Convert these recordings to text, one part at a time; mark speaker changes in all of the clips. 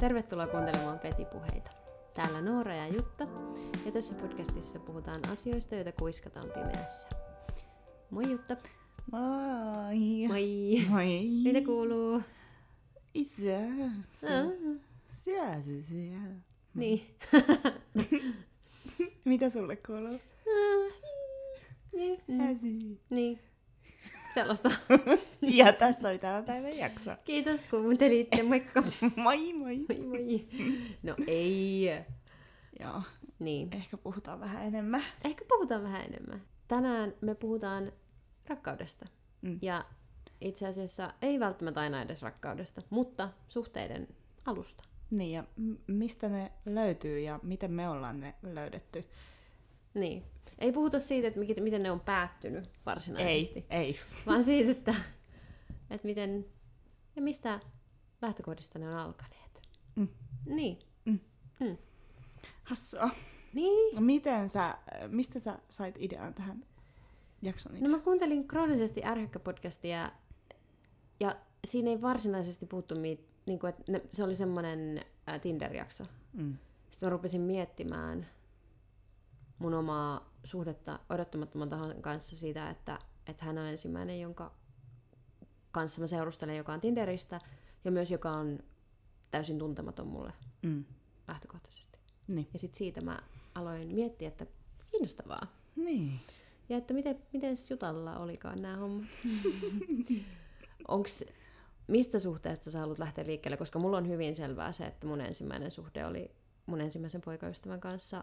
Speaker 1: Tervetuloa kuuntelemaan Petipuheita. Täällä Noora ja Jutta, ja tässä podcastissa puhutaan asioista, joita kuiskataan pimeässä. Moi Jutta!
Speaker 2: Moi!
Speaker 1: Moi!
Speaker 2: Moi!
Speaker 1: Mitä kuuluu?
Speaker 2: Itse
Speaker 1: Ah,
Speaker 2: siellä, se siellä.
Speaker 1: niin.
Speaker 2: Mitä sulle kuuluu?
Speaker 1: Ah, niin. Mm,
Speaker 2: Häsi.
Speaker 1: niin. Sellaista.
Speaker 2: Ja tässä oli tämän päivän jakso.
Speaker 1: Kiitos kun kuuntelitte, moikka!
Speaker 2: Moi moi!
Speaker 1: Moi moi! No ei.
Speaker 2: Joo,
Speaker 1: Niin.
Speaker 2: ehkä puhutaan vähän enemmän.
Speaker 1: Ehkä puhutaan vähän enemmän. Tänään me puhutaan rakkaudesta.
Speaker 2: Mm.
Speaker 1: Ja itse asiassa ei välttämättä aina edes rakkaudesta, mutta suhteiden alusta.
Speaker 2: Niin ja m- mistä ne löytyy ja miten me ollaan ne löydetty?
Speaker 1: Niin. Ei puhuta siitä, että mikä- miten ne on päättynyt varsinaisesti,
Speaker 2: Ei, ei.
Speaker 1: vaan siitä, että, että miten ja mistä lähtökohdista ne on alkaneet.
Speaker 2: Mm.
Speaker 1: Niin.
Speaker 2: Hassua.
Speaker 1: Niin.
Speaker 2: No Miten sä, mistä sä sait idean tähän jakson?
Speaker 1: No mä kuuntelin kroonisesti ärhäkkäpodcastia ja siinä ei varsinaisesti puhuttu, mi- niin kuin, että ne, se oli semmoinen ää, Tinder-jakso.
Speaker 2: Mm.
Speaker 1: Sitten mä rupesin miettimään mun omaa suhdetta odottamattoman tahon kanssa siitä, että, että hän on ensimmäinen, jonka kanssa mä seurustelen, joka on Tinderistä ja myös joka on täysin tuntematon mulle
Speaker 2: Mm.
Speaker 1: lähtökohtaisesti.
Speaker 2: Niin.
Speaker 1: Ja sitten siitä mä aloin miettiä, että kiinnostavaa.
Speaker 2: Niin.
Speaker 1: Ja että miten, miten Jutalla olikaan nämä hommat? Onks, mistä suhteesta sä haluat lähteä liikkeelle? Koska mulla on hyvin selvää se, että mun ensimmäinen suhde oli mun ensimmäisen poikaystävän kanssa,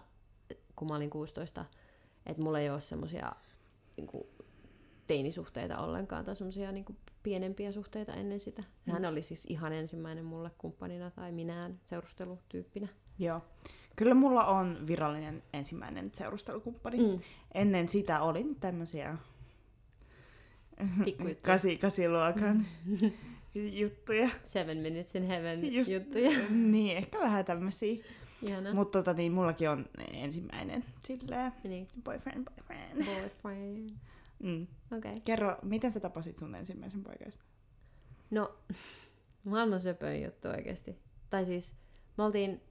Speaker 1: kun mä olin 16. Että mulla ei ole semmoisia niin teinisuhteita ollenkaan tai semmoisia niin pienempiä suhteita ennen sitä. Hän oli siis ihan ensimmäinen mulle kumppanina tai minään seurustelutyyppinä.
Speaker 2: Joo. Kyllä mulla on virallinen ensimmäinen seurustelukumppani.
Speaker 1: Mm.
Speaker 2: Mm. Ennen sitä olin tämmöisiä
Speaker 1: Pikkujuttuja.
Speaker 2: kasi, kasiluokan juttuja.
Speaker 1: Seven Minutes in Heaven
Speaker 2: Just-
Speaker 1: juttuja.
Speaker 2: niin, ehkä vähän tämmöisiä.
Speaker 1: Ihana.
Speaker 2: Mutta tota, niin, mullakin on ensimmäinen silleen,
Speaker 1: niin.
Speaker 2: boyfriend, boyfriend.
Speaker 1: Boyfriend.
Speaker 2: Mm.
Speaker 1: Okei. Okay.
Speaker 2: Kerro, miten sä tapasit sun ensimmäisen poikaista?
Speaker 1: No, maailman söpöin juttu oikeasti. Tai siis, me oltiin,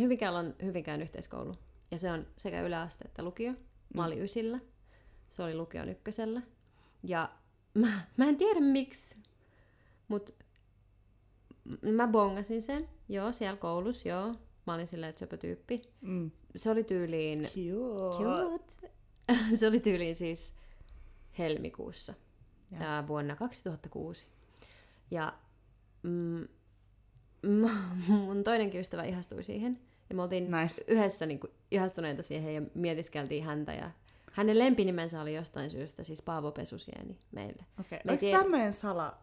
Speaker 1: Hyvinkäällä on Hyvinkään yhteiskoulu. Ja se on sekä yläaste että lukio.
Speaker 2: Mm.
Speaker 1: Mä olin ysillä. Se oli lukion ykkösellä. Ja mä, mä en tiedä miksi, mutta mä bongasin sen. Joo, siellä koulussa, joo. Mä olin silleen, että söpö tyyppi.
Speaker 2: Mm.
Speaker 1: Se oli tyyliin...
Speaker 2: Cute.
Speaker 1: No. Cute. Se oli tyyliin siis helmikuussa
Speaker 2: Joo.
Speaker 1: ää, vuonna 2006. Ja mm, m- mun toinenkin ystävä ihastui siihen. Ja me oltiin
Speaker 2: Nice.
Speaker 1: yhdessä niin kuin, ihastuneita siihen ja mietiskeltiin häntä. Ja hänen lempinimensä oli jostain syystä siis Paavo Pesusieni meille.
Speaker 2: Okei.
Speaker 1: Mä
Speaker 2: Okay. Oliko
Speaker 1: tiedän-
Speaker 2: tämmöinen sala,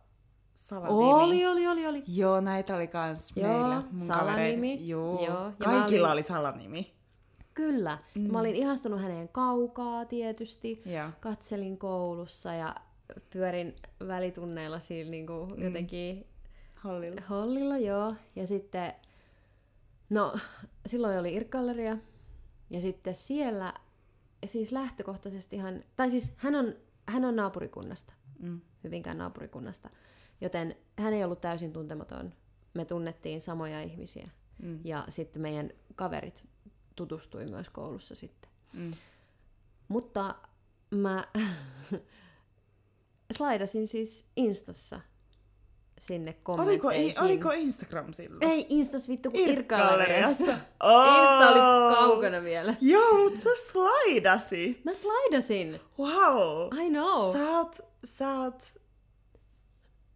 Speaker 2: salanimi?
Speaker 1: Oli, oli, oli, oli.
Speaker 2: Joo, näitä oli kans
Speaker 1: Joo,
Speaker 2: meillä. Mun
Speaker 1: salanimi.
Speaker 2: kavereiden-
Speaker 1: Joo, ja
Speaker 2: Joo, Joo
Speaker 1: mä
Speaker 2: kaikilla
Speaker 1: olin-
Speaker 2: oli salanimi.
Speaker 1: Kyllä. Mm. Mä olin ihastunut häneen kaukaa tietysti.
Speaker 2: Joo.
Speaker 1: katselin koulussa ja pyörin välitunneilla siinä niin kuin mm. jotenkin
Speaker 2: Hallilla.
Speaker 1: hollilla, joo. Ja sitten, no silloin oli irkkalleria ja sitten siellä siis lähtökohtaisesti hän, tai siis hän on, hän on naapurikunnasta,
Speaker 2: Mm.
Speaker 1: Hyvinkään naapurikunnasta, joten hän ei ollut täysin tuntematon. Me tunnettiin samoja ihmisiä
Speaker 2: Mm.
Speaker 1: ja sitten meidän kaverit tutustui myös koulussa sitten.
Speaker 2: Mm.
Speaker 1: Mutta mä slaidasin siis Instassa sinne kommentteihin.
Speaker 2: Oliko, i- oliko Instagram silloin?
Speaker 1: Ei Instas vittu, kun Irkka-galleriassa.
Speaker 2: Irkka-galleriassa. Oh!
Speaker 1: Insta oli kaukana vielä.
Speaker 2: Joo, mut sä slaidasit.
Speaker 1: Mä slaidasin.
Speaker 2: Wow.
Speaker 1: I know.
Speaker 2: Sä oot, sä oot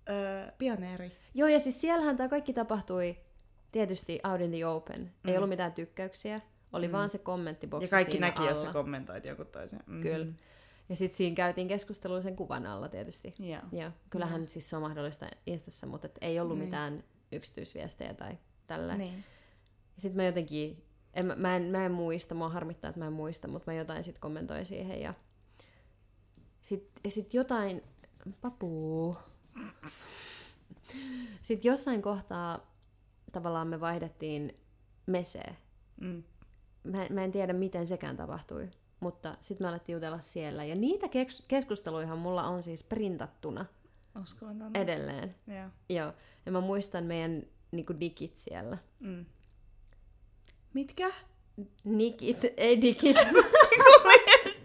Speaker 2: öö, pioneeri.
Speaker 1: Joo, ja siis siellähän tämä kaikki tapahtui tietysti out in the open. Mm. Ei ollut mitään tykkäyksiä. Oli mm. vaan se kommenttiboksi
Speaker 2: Ja kaikki
Speaker 1: siinä
Speaker 2: näki,
Speaker 1: alla.
Speaker 2: jos sä kommentoit jonkun toisen. Mm.
Speaker 1: Kyllä. Ja sitten siinä käytiin keskustelua sen kuvan alla tietysti.
Speaker 2: Joo.
Speaker 1: Joo, kyllähän mm. siis se on mahdollista Instassa, mutta et ei ollut
Speaker 2: Niin.
Speaker 1: mitään yksityisviestejä tai tällä. Niin.
Speaker 2: Niin.
Speaker 1: Sitten mä jotenkin, en, mä- mä, en, mä en muista, mua harmittaa, että mä en muista, mutta mä jotain sitten kommentoin siihen ja sitten sit jotain, papuu. Sitten jossain kohtaa tavallaan me vaihdettiin mesee.
Speaker 2: Mm.
Speaker 1: Mä, en- mä en tiedä, miten sekään tapahtui, mutta sitten me alettiin jutella siellä. Ja niitä keks- keskusteluihan mulla on siis printattuna
Speaker 2: Uskon tonne.
Speaker 1: edelleen.
Speaker 2: Joo.
Speaker 1: Joo, ja mä muistan meidän niin kuin digit siellä.
Speaker 2: Mm. Mitkä?
Speaker 1: Nikit, ei digit.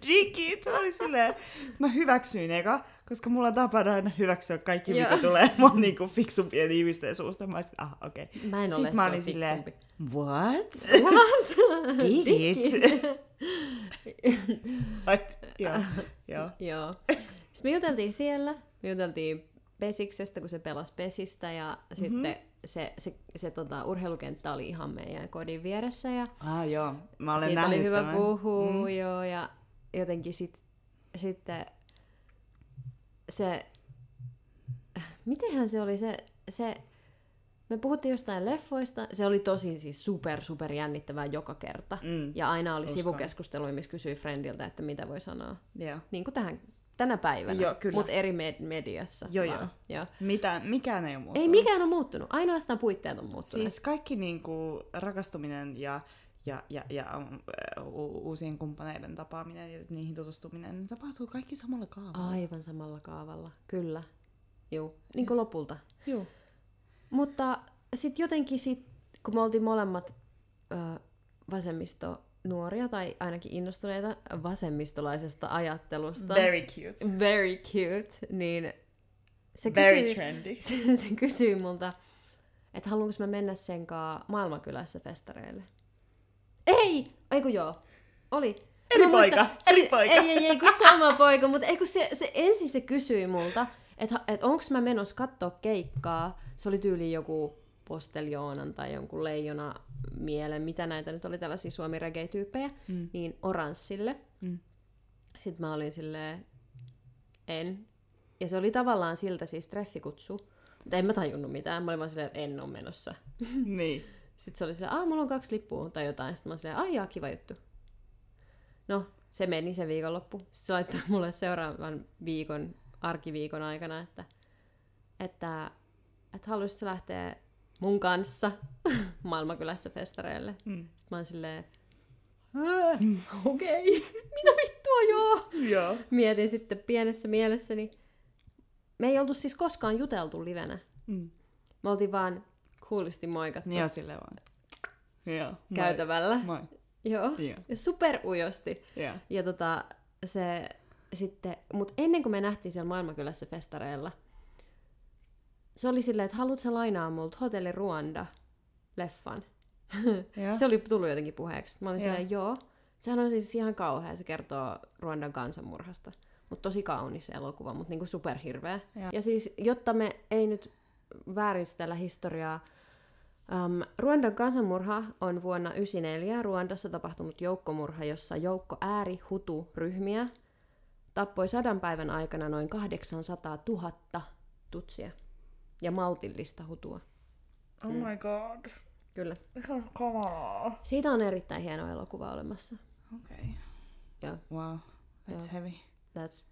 Speaker 2: Digit, mä olin silleen, mä hyväksyin eka, koska mulla on tapana aina hyväksyä kaikki,
Speaker 1: Joo.
Speaker 2: mitä tulee mun niinku fiksumpien ihmisten suusta. Mä olin silleen, ah, okei. Okay.
Speaker 1: Mä en
Speaker 2: Sit
Speaker 1: ole
Speaker 2: mä
Speaker 1: sua
Speaker 2: olin silleen,
Speaker 1: fiksumpi.
Speaker 2: What?
Speaker 1: What?
Speaker 2: Digit?
Speaker 1: Digit.
Speaker 2: What? Joo, joo.
Speaker 1: Joo. Sitten me juteltiin siellä, me juteltiin pesiksestä, kun se pelasi pesistä ja
Speaker 2: Mhm.
Speaker 1: mm-hmm. sitten se, se, se tota, urheilukenttä oli ihan meidän kodin vieressä ja
Speaker 2: Ah, joo. Mä olen
Speaker 1: siitä
Speaker 2: nähnyt
Speaker 1: oli hyvä
Speaker 2: tämän.
Speaker 1: puhua, mm. joo, ja jotenkin sit, sitten se, mitenhän se oli se, se, me puhuttiin jostain leffoista, se oli tosi siis super, super jännittävää joka kerta.
Speaker 2: Mm,
Speaker 1: Ja aina oli
Speaker 2: Uskon.
Speaker 1: sivukeskusteluja, missä kysyi friendiltä, että mitä voi sanoa.
Speaker 2: joo.
Speaker 1: Niin kuin tähän, tänä päivänä,
Speaker 2: Joo, kyllä.
Speaker 1: mutta eri med- mediassa.
Speaker 2: Joo,
Speaker 1: vaan.
Speaker 2: joo.
Speaker 1: joo.
Speaker 2: Mitä, mikään ei ole
Speaker 1: Ei
Speaker 2: muuttunut.
Speaker 1: mikään on muuttunut, ainoastaan puitteet on muuttunut.
Speaker 2: Siis kaikki niinku rakastuminen ja, ja, ja, ja um, u- uusien kumppaneiden tapaaminen ja niihin tutustuminen, ne tapahtuu kaikki samalla kaavalla.
Speaker 1: Aivan samalla kaavalla, kyllä. Juu, niin kuin lopulta.
Speaker 2: Joo.
Speaker 1: Mutta sitten jotenkin, sit, kun me oltiin molemmat ö, vasemmisto nuoria tai ainakin innostuneita vasemmistolaisesta ajattelusta.
Speaker 2: Very cute.
Speaker 1: very cute, niin Mm. se
Speaker 2: Very
Speaker 1: kysyi,
Speaker 2: trendy.
Speaker 1: se, se kysyi multa, että haluanko mä mennä sen kaa maailmankylässä festareille. Ei! Ei kun joo. Oli.
Speaker 2: Eri
Speaker 1: Mä muistan-
Speaker 2: poika, eri poika.
Speaker 1: Ei, ei, ei, kun sama poika, mutta ei kun se, se ensin se kysyi multa, että et onks mä menossa kattoo keikkaa. Se oli tyyli joku posteljoonan tai jonkun leijona mielen, mitä näitä nyt oli tällaisia suomi tyyppejä
Speaker 2: Mm.
Speaker 1: niin oranssille.
Speaker 2: Mm.
Speaker 1: Sitten mä olin silleen, en. Ja se oli tavallaan siltä siis treffikutsu. Mutta en mä tajunnut mitään. Mä olin vaan silleen, että en ole menossa.
Speaker 2: niin.
Speaker 1: Sitten se oli silleen, aah, mulla on kaksi lippua tai jotain. Sitten mä olin silleen, ai jaa, kiva juttu. No, se meni se viikonloppu. Sitten se laittoi mulle seuraavan viikon, arkiviikon aikana, että, että, että haluaisit lähteä mun kanssa maailmankylässä festareille.
Speaker 2: Mm.
Speaker 1: Sitten mä olin silleen, "Äh, okei, okay. mitä vittua joo.
Speaker 2: Joo.
Speaker 1: Mietin sitten pienessä mielessäni. Me ei oltu siis koskaan juteltu livenä.
Speaker 2: Mm.
Speaker 1: Me oltiin vaan coolisti moikattu
Speaker 2: Niin on silleen vaan. Joo. Moi.
Speaker 1: käytävällä.
Speaker 2: Moi.
Speaker 1: Joo.
Speaker 2: Joo.
Speaker 1: Ja superujosti.
Speaker 2: Joo.
Speaker 1: Ja tota, se sitten, mutta ennen kuin me nähtiin siellä maailmankylässä festareilla, se oli silleen, että haluatko sä lainaa multa Hotelli Ruanda leffan?
Speaker 2: Joo.
Speaker 1: Se oli tullut jotenkin puheeksi. Mä olin
Speaker 2: Joo.
Speaker 1: silleen, joo. Sehän on siis ihan kauhea, se kertoo Ruandan kansanmurhasta. Mutta tosi kaunis elokuva, mutta niinku superhirveä.
Speaker 2: Joo.
Speaker 1: Ja siis, jotta me ei nyt vääristellä historiaa, äm, Ruandan kansanmurha on vuonna 1994 Ruandassa tapahtunut joukkomurha, jossa joukko ääri hutu ryhmiä tappoi sadan päivän aikana noin 800 000 tutsia ja maltillista hutua.
Speaker 2: Oh my god.
Speaker 1: Kyllä.
Speaker 2: Ihan kamalaa.
Speaker 1: Siitä on erittäin hieno elokuva olemassa.
Speaker 2: Okei. Okay.
Speaker 1: Joo.
Speaker 2: Wow. That's
Speaker 1: Joo.
Speaker 2: heavy.
Speaker 1: That's...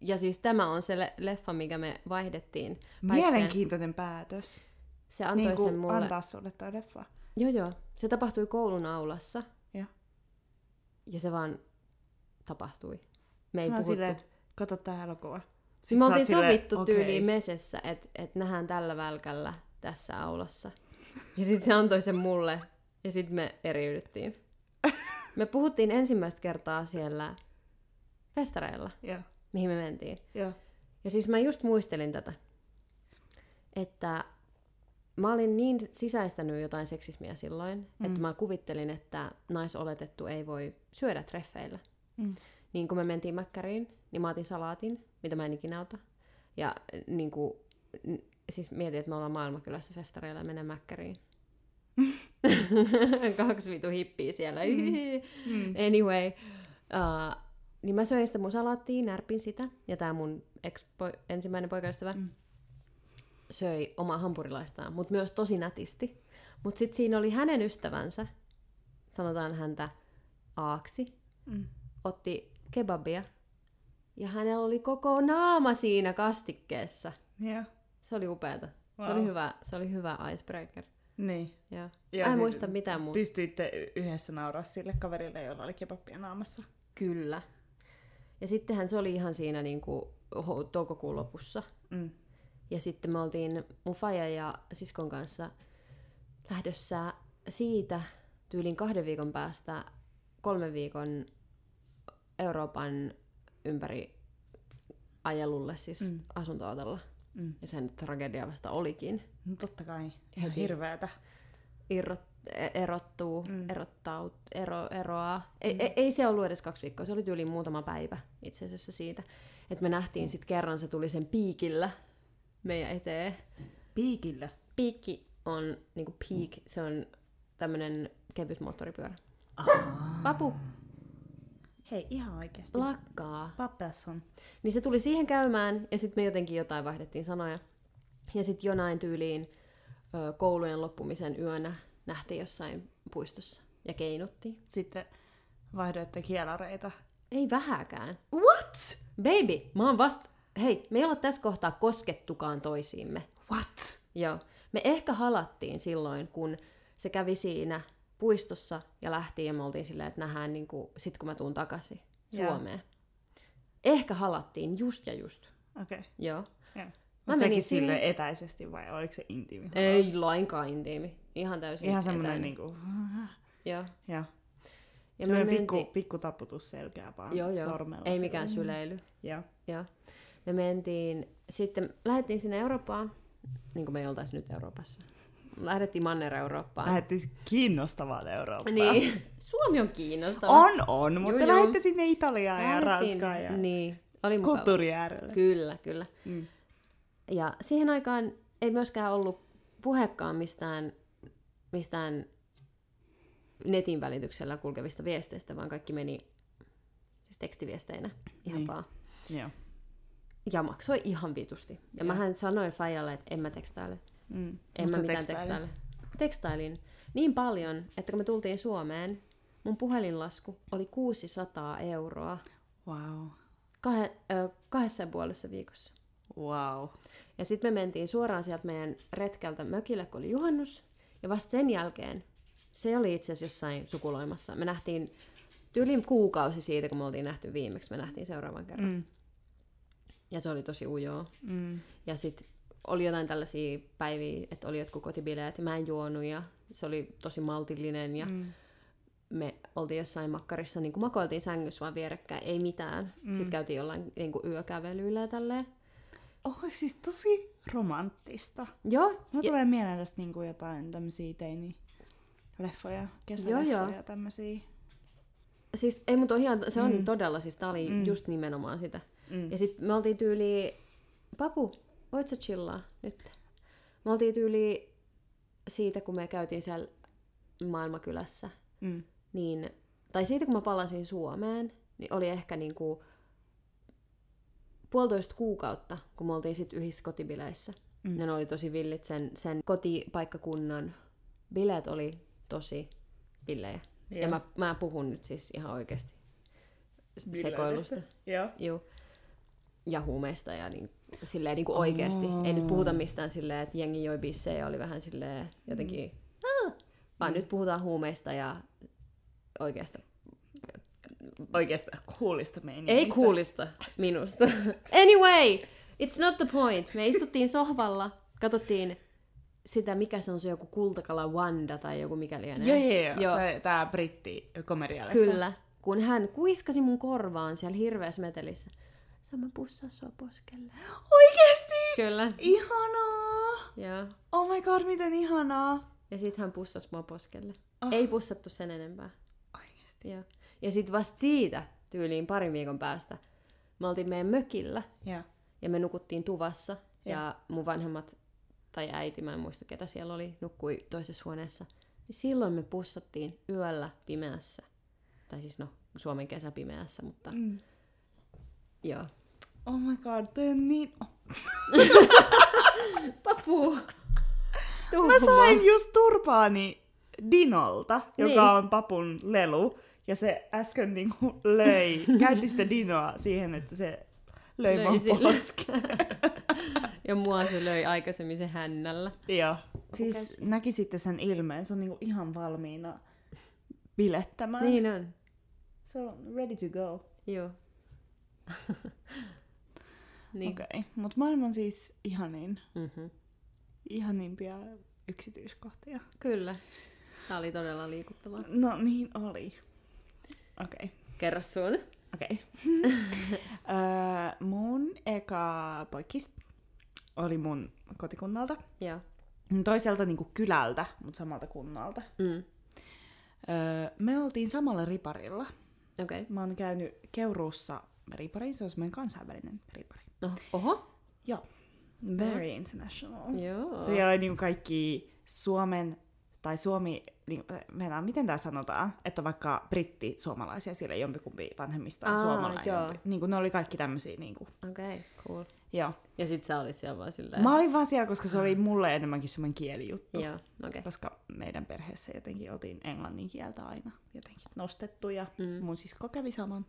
Speaker 1: Ja siis tämä on se le- leffa, mikä me vaihdettiin. päikseen.
Speaker 2: Mielenkiintoinen päätös.
Speaker 1: Se antoi niin
Speaker 2: kuin
Speaker 1: sen mulle. Anta.
Speaker 2: antaa sulle toi leffa.
Speaker 1: Joo, joo. Se tapahtui koulun aulassa.
Speaker 2: Joo.
Speaker 1: Ja se vaan tapahtui. Me ei
Speaker 2: Mä oon
Speaker 1: puhuttu.
Speaker 2: silleen, kato tää elokuva. Sit
Speaker 1: me
Speaker 2: sä oot
Speaker 1: oltiin
Speaker 2: silleen,
Speaker 1: sovittu
Speaker 2: okei.
Speaker 1: tyyliin mesessä, että et nähdään tällä välkällä tässä aulassa. Ja sitten se antoi sen mulle, ja sitten me eriydyttiin. Me puhuttiin ensimmäistä kertaa siellä festareilla,
Speaker 2: Joo.
Speaker 1: mihin me mentiin.
Speaker 2: Joo.
Speaker 1: Ja siis mä just muistelin tätä, että mä olin niin sisäistänyt jotain seksismiä silloin, mm. että mä kuvittelin, että naisoletettu ei voi syödä treffeillä.
Speaker 2: Mm.
Speaker 1: Niin kun me mentiin mäkkäriin, niin mä otin salaatin, mitä mä en ikinä ota. Ja äh, niin kuin, n- siis mietin, että me ollaan maailmankylässä festareilla ja mennään mäkkäriin. Kaksi vitu hippiä siellä.
Speaker 2: Mm.
Speaker 1: Anyway, uh, niin mä söin sitä mun salaattia, närpin sitä, ja tämä mun ex-poi- ensimmäinen poikaystävä
Speaker 2: Mm.
Speaker 1: mm. söi omaa hampurilaistaan, mutta myös tosi nätisti. Mutta sitten siinä oli hänen ystävänsä, sanotaan häntä Aaksi,
Speaker 2: Mm.
Speaker 1: otti kebabia, ja hänellä oli koko naama siinä kastikkeessa.
Speaker 2: Joo.
Speaker 1: Se oli upeata. Wow. Se
Speaker 2: Wow.
Speaker 1: oli hyvä, se oli hyvä icebreaker.
Speaker 2: Niin.
Speaker 1: Joo.
Speaker 2: Ja
Speaker 1: Mä en
Speaker 2: sit
Speaker 1: muista mitään muuta.
Speaker 2: Pystyitte y- yhdessä nauraa sille kaverille, jolla oli kebabia naamassa.
Speaker 1: Kyllä. Ja sittenhän se oli ihan siinä niin kuin toukokuun lopussa.
Speaker 2: Mm.
Speaker 1: Ja sitten me oltiin mun faija ja siskon kanssa lähdössä siitä tyylin kahden viikon päästä kolmen viikon Euroopan ympäri ajelulle, siis
Speaker 2: Mm.
Speaker 1: mm. asuntoautolla.
Speaker 2: Mm.
Speaker 1: Ja sen tragedia vasta olikin.
Speaker 2: No totta kai. Ihan
Speaker 1: Heti.
Speaker 2: hirveetä.
Speaker 1: Irrot, e- erottuu,
Speaker 2: Mm.
Speaker 1: mm. erottaut, ero, eroaa. Ei, ei, ei se ollut edes kaksi viikkoa, se oli tyyliin muutama päivä itse asiassa siitä. Että me nähtiin sitten kerran, se tuli sen piikillä meidän eteen.
Speaker 2: Piikillä.
Speaker 1: Piikki on niinku peak, se on tämmönen kevyt moottoripyörä.
Speaker 2: Mm.
Speaker 1: Papu
Speaker 2: Hei, ihan oikeesti.
Speaker 1: lakkaa.
Speaker 2: Pappas on.
Speaker 1: Niin se tuli siihen käymään ja sitten me jotenkin jotain vaihdettiin sanoja. Ja sitten jonain tyyliin ö, koulujen loppumisen yönä nähtiin jossain puistossa ja keinuttiin.
Speaker 2: Sitten vaihdoitte kielareita.
Speaker 1: Ei vähäkään.
Speaker 2: What?
Speaker 1: Baby, mä oon vasta... Hei, me ei olla tässä kohtaa koskettukaan toisiimme.
Speaker 2: What?
Speaker 1: Joo. Me ehkä halattiin silloin, kun se kävi siinä puistossa ja lähti ja me oltiin silleen, että nähdään niin kuin, sit kun mä tuun takaisin
Speaker 2: Joo.
Speaker 1: Suomeen. Ehkä halattiin just ja just.
Speaker 2: Okei. Okay.
Speaker 1: Joo.
Speaker 2: Mä
Speaker 1: menin
Speaker 2: sekin
Speaker 1: sinne-
Speaker 2: sille etäisesti vai oliko se intiimi?
Speaker 1: Ei lainkaan intiimi. Ihan täysin
Speaker 2: Ihan semmoinen
Speaker 1: etäinen.
Speaker 2: niinku...
Speaker 1: Joo.
Speaker 2: Joo.
Speaker 1: Ja me
Speaker 2: semmoinen
Speaker 1: mentiin...
Speaker 2: pikku, pikku taputus selkää vaan
Speaker 1: joo, joo.
Speaker 2: sormella.
Speaker 1: Ei
Speaker 2: sille.
Speaker 1: mikään syleily.
Speaker 2: Joo.
Speaker 1: Joo. Me mentiin, sitten lähdettiin sinne Eurooppaan, niin kuin me ei oltaisi nyt Euroopassa. Lähdettiin Manner-Eurooppaan.
Speaker 2: Lähettiin kiinnostavaan Eurooppaan.
Speaker 1: Niin. Suomi on kiinnostava.
Speaker 2: On, on, mutta
Speaker 1: Juu,
Speaker 2: lähdette
Speaker 1: juu.
Speaker 2: sinne Italiaan ja
Speaker 1: Lähdettiin-
Speaker 2: Ranskaan ja
Speaker 1: Niin, oli mukava.
Speaker 2: kulttuurin äärelle.
Speaker 1: Kyllä, kyllä.
Speaker 2: Mm.
Speaker 1: Ja siihen aikaan ei myöskään ollut puhekaan mistään, mistään netin välityksellä kulkevista viesteistä, vaan kaikki meni siis tekstiviesteinä ihan
Speaker 2: Niin.
Speaker 1: niin. vaan.
Speaker 2: Joo.
Speaker 1: Ja maksoi ihan vitusti. Ja mähän sanoin Fajalle, että en mä tekstaile.
Speaker 2: Mm.
Speaker 1: En
Speaker 2: Mut
Speaker 1: mä
Speaker 2: sä
Speaker 1: mitään
Speaker 2: tekstailit.
Speaker 1: tekstaile. Tekstailin niin paljon, että kun me tultiin Suomeen, mun puhelinlasku oli 600 euroa
Speaker 2: Wow.
Speaker 1: kahe, ö, kahdessa ja puolessa viikossa.
Speaker 2: Wow.
Speaker 1: Ja sitten me mentiin suoraan sieltä meidän retkeltä mökille, kun oli juhannus. Ja vasta sen jälkeen, se oli itse asiassa jossain sukuloimassa. Me nähtiin tyylin kuukausi siitä, kun me oltiin nähty viimeksi. Me nähtiin seuraavan kerran.
Speaker 2: Mm.
Speaker 1: Ja se oli tosi ujoa.
Speaker 2: Mm.
Speaker 1: Ja sitten oli jotain tällaisia päiviä, että oli jotkut kotibileet ja mä en juonut ja se oli tosi maltillinen ja
Speaker 2: Mm.
Speaker 1: me oltiin jossain makkarissa, niin kuin makoiltiin sängyssä vaan vierekkäin, ei mitään. Mm. Sitten käytiin jollain niin kuin yökävelyillä ja tälleen.
Speaker 2: Oh, siis tosi romanttista.
Speaker 1: Joo,
Speaker 2: Mulla
Speaker 1: ja-
Speaker 2: tulee mieleen tästä niinku jotain tämmösiä teini-leffoja, kesäleffoja
Speaker 1: Joo,
Speaker 2: joo, joo. tämmösiä.
Speaker 1: Siis ei, mutta on ihan, se on mm. todella, siis tää oli
Speaker 2: Mm.
Speaker 1: mm. just nimenomaan sitä.
Speaker 2: Mm.
Speaker 1: Mm. Ja sitten me oltiin tyyli, Papu, voit sä chillaa nyt? Me oltiin tyyli siitä, kun me käytiin siellä maailmakylässä,
Speaker 2: Mm.
Speaker 1: niin, tai siitä kun mä palasin Suomeen, niin oli ehkä niinku puolitoista kuukautta, kun me oltiin sitten yhdessä kotibileissä.
Speaker 2: Mm.
Speaker 1: Mm. Ja ne oli tosi villit, sen, sen kotipaikkakunnan bileet oli tosi villejä. Ja mä, mä puhun nyt siis ihan oikeasti sekoilusta.
Speaker 2: Joo.
Speaker 1: Juu. Ja huumeista ja niin, silleen niin kuin oikeasti. Oh. Ei nyt puhuta mistään silleen, että jengi joi bissejä ja oli vähän silleen jotenkin... Mm. Vaan mm. nyt puhutaan huumeista ja oikeasta.
Speaker 2: Oikeastaan coolista meiningistä.
Speaker 1: Ei kuulista minusta. anyway, it's not the point. Me istuttiin sohvalla, katsottiin sitä, mikä se on se joku kultakala Wanda tai joku mikä lienee.
Speaker 2: Joo, joo, joo. joo. Se, tää britti komedialeffa.
Speaker 1: Kyllä, kun hän kuiskasi mun korvaan siellä hirveässä metelissä. Sä mä pussaa sua poskelle.
Speaker 2: Oikeesti!
Speaker 1: Kyllä,
Speaker 2: Ihanaa!
Speaker 1: joo.
Speaker 2: Oh my god, miten ihanaa!
Speaker 1: Ja sit hän pussasi mua poskelle.
Speaker 2: Ah.
Speaker 1: Oh. Ei pussattu sen enempää.
Speaker 2: Oikeesti.
Speaker 1: Joo. Ja sit vasta siitä tyyliin parin viikon päästä me oltiin meidän mökillä
Speaker 2: Joo.
Speaker 1: ja me nukuttiin tuvassa.
Speaker 2: Joo.
Speaker 1: Ja mun vanhemmat tai äiti, mä en muista ketä siellä oli, nukkui toisessa huoneessa. Niin silloin me pussattiin yöllä pimeässä. Tai siis no, Suomen kesä pimeässä, mutta mm.
Speaker 2: Mm.
Speaker 1: joo.
Speaker 2: Oh my god, toi on niin... Oh,
Speaker 1: Papu! Tuu
Speaker 2: mä
Speaker 1: vaan.
Speaker 2: sain just turpaani Dinolta, joka
Speaker 1: Niin.
Speaker 2: on papun lelu. Ja se äsken niinku löi, käytti sitä Dinoa siihen, että se löi, löi
Speaker 1: Löi
Speaker 2: mun
Speaker 1: sillä.
Speaker 2: poskeen.
Speaker 1: Ja mua se löi aikaisemmin se hännällä.
Speaker 2: Joo. Siis näkisitte sen ilmeen, se on niinku ihan valmiina bilettämään.
Speaker 1: Niin on,
Speaker 2: Se on ready to go.
Speaker 1: joo. niin.
Speaker 2: Okei, okay. mutta maailman siis ihanin,
Speaker 1: Mm-hmm.
Speaker 2: ihanimpia yksityiskohtia.
Speaker 1: Kyllä. Tämä oli todella liikuttavaa.
Speaker 2: No niin oli. Okei. Okay.
Speaker 1: Kerro sun.
Speaker 2: Okei. Okay. Öö, mun eka poikis oli mun kotikunnalta.
Speaker 1: Joo.
Speaker 2: Toiselta niinku kylältä, mutta samalta kunnalta.
Speaker 1: Mm.
Speaker 2: Öö, me oltiin samalla riparilla.
Speaker 1: Okei. Okay.
Speaker 2: Mä oon käynyt Keuruussa ripariin, se on semmoinen kansainvälinen ripari.
Speaker 1: No, oho.
Speaker 2: Joo. Very international.
Speaker 1: Joo.
Speaker 2: Siellä oli niinku kaikki Suomen, tai Suomi, niinku, meidän, miten tämä sanotaan, että vaikka britti, suomalaisia, siellä jompikumpi vanhemmista on
Speaker 1: Aa,
Speaker 2: suomalainen.
Speaker 1: joo.
Speaker 2: Jompi, niinku, ne oli kaikki tämmöisiä. Niinku,
Speaker 1: Okei, okay, cool.
Speaker 2: joo.
Speaker 1: Ja sit sä olit siellä vaan silleen.
Speaker 2: Mä olin vaan siellä, koska se oli mulle enemmänkin semmoinen kielijuttu.
Speaker 1: Joo, okei. Okay.
Speaker 2: Koska meidän perheessä jotenkin oltiin englannin kieltä aina jotenkin nostettu ja
Speaker 1: Mm.
Speaker 2: mm. mun sisko kävi saman.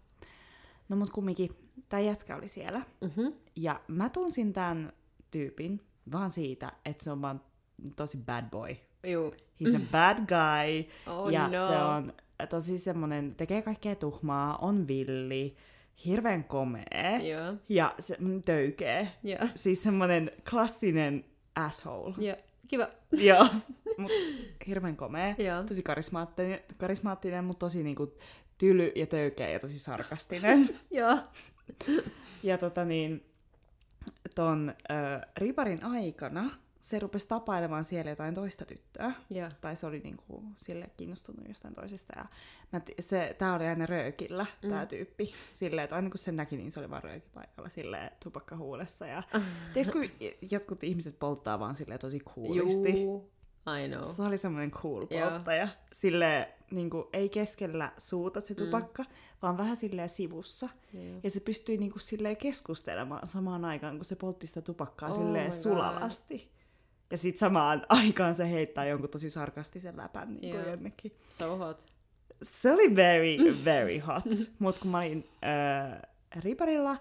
Speaker 2: No mut kumminkin, tää jätkä oli siellä.
Speaker 1: Mm-hmm.
Speaker 2: Ja mä tunsin tämän tyypin vaan siitä, että se on vaan tosi bad boy.
Speaker 1: Juu.
Speaker 2: He's a bad guy.
Speaker 1: Mm. Oh
Speaker 2: ja
Speaker 1: no.
Speaker 2: se on tosi semmonen, tekee kaikkea tuhmaa, on villi, hirveän komea
Speaker 1: Joo.
Speaker 2: ja se, mm, töykee.
Speaker 1: Joo.
Speaker 2: Siis semmonen klassinen asshole.
Speaker 1: Joo. Kiva.
Speaker 2: Joo. Mut hirveän komea.
Speaker 1: Joo.
Speaker 2: Tosi karismaattinen, karismaattinen mutta tosi niinku tyly ja töykeä ja tosi sarkastinen.
Speaker 1: Joo.
Speaker 2: ja tota niin, ton ö, riparin aikana se rupesi tapailemaan siellä jotain toista tyttöä.
Speaker 1: Joo.
Speaker 2: Tai se oli niinku sille kiinnostunut jostain toisesta. Ja mä t- se, tää oli aina röökillä, tää tyyppi. Silleen, että aina kun sen näki, niin se oli vaan röökipaikalla silleen tupakka huulessa. Ja tiedätkö, kun jotkut ihmiset polttaa vaan silleen tosi kuulisti.
Speaker 1: Juu. I know.
Speaker 2: Se oli semmoinen cool
Speaker 1: Joo.
Speaker 2: polttaja. Silleen, niin kuin, ei keskellä suuta se tupakka, mm. vaan vähän silleen sivussa.
Speaker 1: Joo.
Speaker 2: Ja se pystyi niin kuin, silleen keskustelemaan samaan aikaan, kun se poltti sitä tupakkaa
Speaker 1: Oh
Speaker 2: oh
Speaker 1: my
Speaker 2: silleen
Speaker 1: God.
Speaker 2: sulavasti. Ja sitten samaan aikaan se heittää jonkun tosi sarkastisen läpän niin
Speaker 1: Joo.
Speaker 2: kuin jonnekin.
Speaker 1: So hot.
Speaker 2: Se oli very, very hot. Mutta kun mä olin äh, riparilla,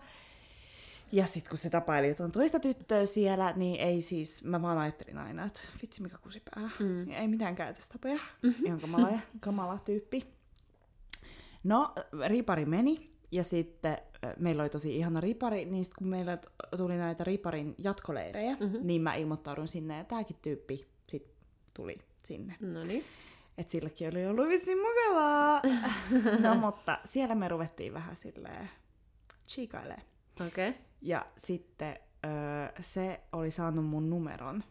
Speaker 2: ja sitten kun se tapaili jotain toista tyttöä siellä, niin ei siis, mä vaan ajattelin aina, että vitsi mikä kusipää.
Speaker 1: Mm.
Speaker 2: Mm. Ei mitään käytöstapoja. Mm-hmm. Ihan kamala, kamala tyyppi. No, ripari meni, ja sitten äh, meillä oli tosi ihana ripari, niin sitten kun meillä t- tuli näitä riparin jatkoleirejä,
Speaker 1: Mhm.
Speaker 2: mm-hmm. niin mä ilmoittauduin sinne, ja tämäkin tyyppi sit tuli sinne.
Speaker 1: No niin.
Speaker 2: Et silläkin oli ollut vissiin mukavaa. No mutta siellä me ruvettiin vähän silleen chiikailee.
Speaker 1: Okei. Okay.
Speaker 2: Ja sitten öö, se oli saanut mun numeron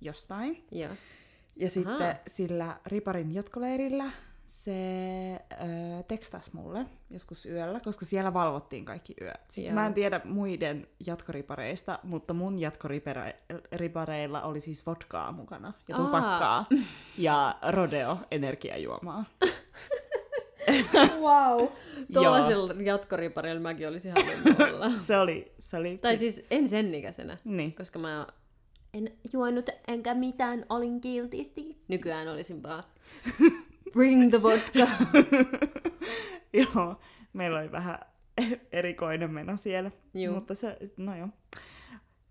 Speaker 2: jostain.
Speaker 1: Joo.
Speaker 2: Ja sitten
Speaker 1: Ahaa.
Speaker 2: sillä riparin jatkoleirillä se öö, tekstasi mulle joskus yöllä, koska siellä valvottiin kaikki yöt. Siis
Speaker 1: Joo.
Speaker 2: mä en tiedä muiden jatkoripareista, mutta mun jatkoripareilla oli siis vodkaa mukana ja
Speaker 1: Aa.
Speaker 2: tupakkaa ja rodeo energiajuomaa.
Speaker 1: Wow. Tuollaisella
Speaker 2: Tuollaisella
Speaker 1: jatkoriparilla mäkin olisin halunnut olla.
Speaker 2: se oli, se oli...
Speaker 1: tai siis en sen ikäisenä,
Speaker 2: Niin.
Speaker 1: koska mä en juonut enkä mitään, olin kiltisti. Nykyään olisin vaan bring the vodka.
Speaker 2: Joo, meillä oli vähän erikoinen meno siellä.
Speaker 1: Juu.
Speaker 2: Mutta se, no joo.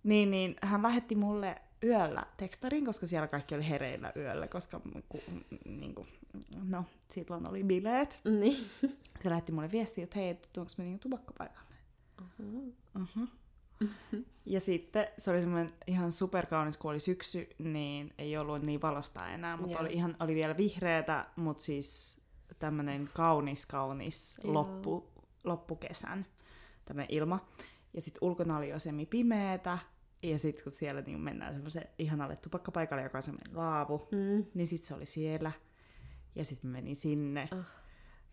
Speaker 2: Niin, niin hän lähetti mulle yöllä tekstarin, koska siellä kaikki oli hereillä yöllä, koska m- ku, m- niin kuin, no, silloin oli bileet.
Speaker 1: niin.
Speaker 2: Se lähetti mulle viestiä, että hei, että tuonko me niinku tupakkapaikalle. Uh-huh. Ja sitten se oli semmoinen ihan superkaunis, kun oli syksy, niin ei ollut niin valosta enää, mutta
Speaker 1: Joo.
Speaker 2: oli, ihan, oli vielä vihreätä, mutta siis tämmöinen kaunis, kaunis
Speaker 1: Joo.
Speaker 2: loppu, loppukesän tämmöinen ilma. Ja sitten ulkona oli jo semi pimeetä, ja sitten kun siellä niin mennään semmoiseen ihanalle tupakkapaikalle, joka on semmoinen laavu,
Speaker 1: Mm.
Speaker 2: niin sitten se oli siellä. Ja sitten meni sinne.
Speaker 1: Ah.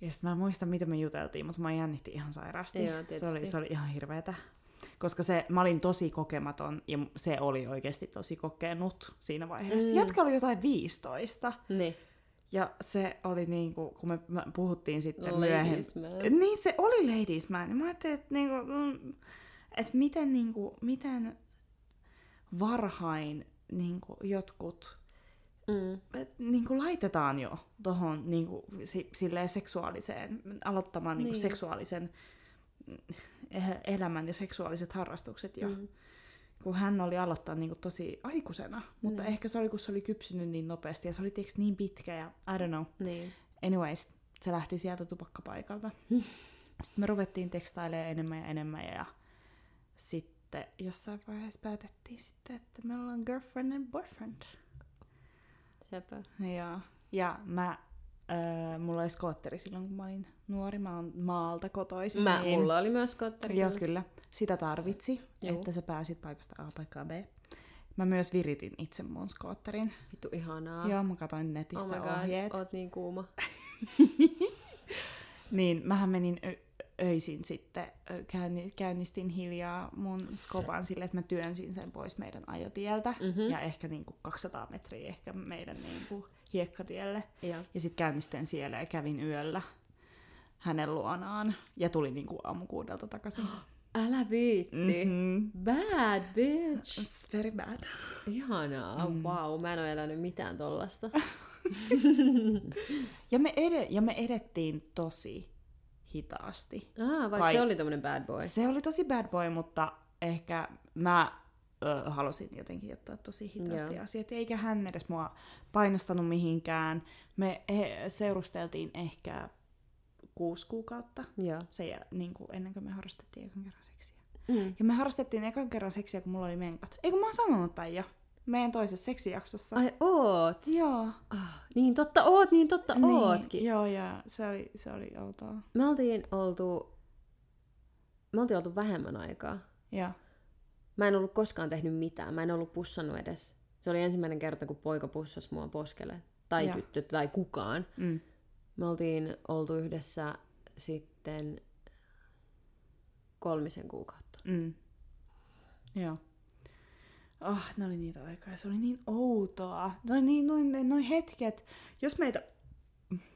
Speaker 2: Ja sitten mä en muista, mitä me juteltiin, mutta mä jännitti ihan sairaasti.
Speaker 1: Joo,
Speaker 2: se,
Speaker 1: tietysti.
Speaker 2: oli, se oli ihan hirveetä. Koska se, mä olin tosi kokematon ja se oli oikeasti tosi kokenut siinä vaiheessa.
Speaker 1: Mm.
Speaker 2: Mm. Jätkä oli jotain 15.
Speaker 1: Niin.
Speaker 2: Ja se oli niinku, kun me mä- puhuttiin sitten myöhemmin.
Speaker 1: Ladies man.
Speaker 2: Niin se oli ladies man. Ja Mä ajattelin, että niinku, mm, et miten, niinku, miten varhain niinku, jotkut
Speaker 1: Mm.
Speaker 2: niin kuin laitetaan jo tuohon niin kuin, silleen seksuaaliseen, aloittamaan niin. Niin
Speaker 1: Niin.
Speaker 2: kuin seksuaalisen mm, eh- elämän ja seksuaaliset harrastukset jo.
Speaker 1: Mm.
Speaker 2: Mm. Kun hän oli aloittanut niin kuin, tosi aikuisena, mutta
Speaker 1: Niin.
Speaker 2: niin. ehkä se oli, kun se oli kypsynyt niin nopeasti ja se oli tiiäks, niin pitkä ja I don't know.
Speaker 1: Niin.
Speaker 2: Anyways, se lähti sieltä tupakkapaikalta. Sitten me ruvettiin tekstailemaan enemmän ja enemmän ja sitten jossain vaiheessa päätettiin sitten, että me ollaan girlfriend and boyfriend.
Speaker 1: Sepä.
Speaker 2: Joo. Ja mä, öö, mulla oli skootteri silloin, kun mä olin nuori. Mä oon maalta kotoisin.
Speaker 1: Mä,
Speaker 2: niin-
Speaker 1: mulla oli myös skotteri.
Speaker 2: Joo,
Speaker 1: kyllä.
Speaker 2: kyllä. Sitä tarvitsi,
Speaker 1: Juu.
Speaker 2: että sä pääsit paikasta A paikkaan B. Mä myös viritin itse mun skootterin.
Speaker 1: Vittu ihanaa.
Speaker 2: Joo, mä katsoin netistä
Speaker 1: Ah. oh my god,
Speaker 2: ohjeet.
Speaker 1: oot niin kuuma.
Speaker 2: Niin, mähän menin ö- öisin sitten, ö, käynni- käynnistin hiljaa mun skopan sille, että mä työnsin sen pois meidän ajotieltä.
Speaker 1: Mhm.
Speaker 2: Ja ehkä niinku 200 metriä ehkä meidän niinku hiekkatielle.
Speaker 1: Joo.
Speaker 2: Ja sitten käynnistin siellä ja kävin yöllä hänen luonaan. Ja tulin niinku aamukuudelta takaisin.
Speaker 1: Älä viitti. Mm-hmm.
Speaker 2: Mhm.
Speaker 1: Bad bitch.
Speaker 2: It's very bad.
Speaker 1: Ihanaa. Mm. Wow, mä en oo elänyt mitään tollasta.
Speaker 2: Ja me, ede- ja me edettiin tosi hitaasti.
Speaker 1: Ah, vaikka
Speaker 2: Vai-
Speaker 1: se oli tommonen bad boy.
Speaker 2: Se oli tosi bad boy, mutta ehkä mä ö, halusin jotenkin ottaa tosi hitaasti
Speaker 1: Joo.
Speaker 2: asiat, eikä hän edes mua painostanut mihinkään. Me he, seurusteltiin ehkä kuusi kuukautta
Speaker 1: Joo.
Speaker 2: sen jäl- niin kuin ennen kuin me harrastettiin ekan kerran seksiä.
Speaker 1: Mm.
Speaker 2: Ja me harrastettiin ekan kerran seksiä, kun mulla oli menkat. Eikö mä oon sanonut tämän jo? Meidän toisessa seksijaksossa.
Speaker 1: Ai oot.
Speaker 2: Joo.
Speaker 1: Ah, niin totta oot, niin totta niin. ootkin.
Speaker 2: Niin, joo, ja se oli, se oli outoa.
Speaker 1: Me oltiin oltu... Me oltiin oltu vähemmän aikaa.
Speaker 2: Joo.
Speaker 1: Mä en ollut koskaan tehnyt mitään. Mä en ollut pussannut edes. Se oli ensimmäinen kerta, kun poika pussasi mua poskelle. Tai
Speaker 2: Joo.
Speaker 1: tyttö, tai kukaan.
Speaker 2: Mm.
Speaker 1: Me oltiin oltu yhdessä sitten kolmisen kuukautta.
Speaker 2: Mm. Joo. Ah, ne oli niitä aikaa. Se oli niin outoa. Noi, niin, noin, ne- noi hetket. Jos meitä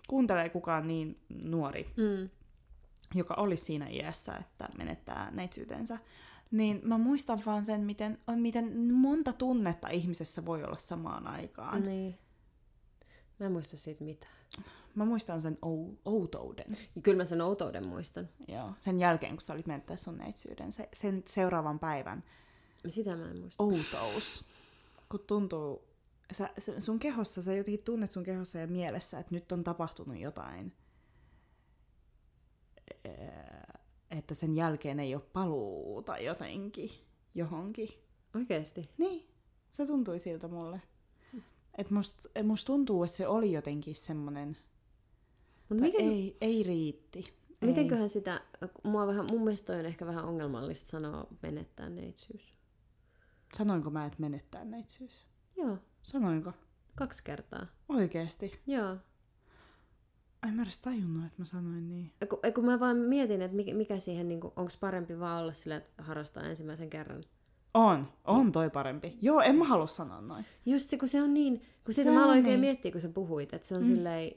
Speaker 2: kuuntelee kukaan niin nuori,
Speaker 1: Mm.
Speaker 2: joka olisi siinä iässä, että menettää neitsyytensä, niin mä muistan vaan sen, miten, on- miten monta tunnetta ihmisessä voi olla samaan aikaan. Mm.
Speaker 1: Niin. Mä en muista siitä mitään.
Speaker 2: Mä muistan sen ou- outouden.
Speaker 1: Kyllä mä sen outouden muistan.
Speaker 2: Joo. Sen jälkeen, kun sä olit menettää sun neitsyyden, se, sen seuraavan päivän
Speaker 1: Sitä mä en muista.
Speaker 2: outous, kun tuntuu, sä, sä- sun kehossa, sä jotenkin tunnet sun kehossa ja mielessä, että nyt on tapahtunut jotain, Öö, että sen jälkeen ei ole paluuta jotenkin johonkin.
Speaker 1: Oikeesti.
Speaker 2: Niin, se tuntui siltä mulle. Et musta must tuntuu, että se oli jotenkin semmonen,
Speaker 1: Mut
Speaker 2: tai
Speaker 1: miten,
Speaker 2: ei, ei riitti. ei.
Speaker 1: mitenköhän sitä, mua vähän, mun mielestä toi on ehkä vähän ongelmallista sanoa menettää neitsyys.
Speaker 2: Sanoinko mä, että menettää neitsyys?
Speaker 1: Joo,
Speaker 2: Sanoinko?
Speaker 1: kaksi kertaa.
Speaker 2: Oikeesti.
Speaker 1: Joo.
Speaker 2: Ai mä en edes tajunnut, että mä sanoin niin.
Speaker 1: Ja Kun, ja kun mä vaan mietin, että mikä, mikä siihen, niin onko parempi vaan olla sillä, että harrastaa ensimmäisen kerran.
Speaker 2: On, on toi parempi. Joo, en mä halua sanoa noin.
Speaker 1: Just se, kun se on niin, kun sitä
Speaker 2: Se
Speaker 1: mä
Speaker 2: on
Speaker 1: aloin oikein
Speaker 2: niin.
Speaker 1: miettiä, kun sä puhuit, että se on mm. silleen,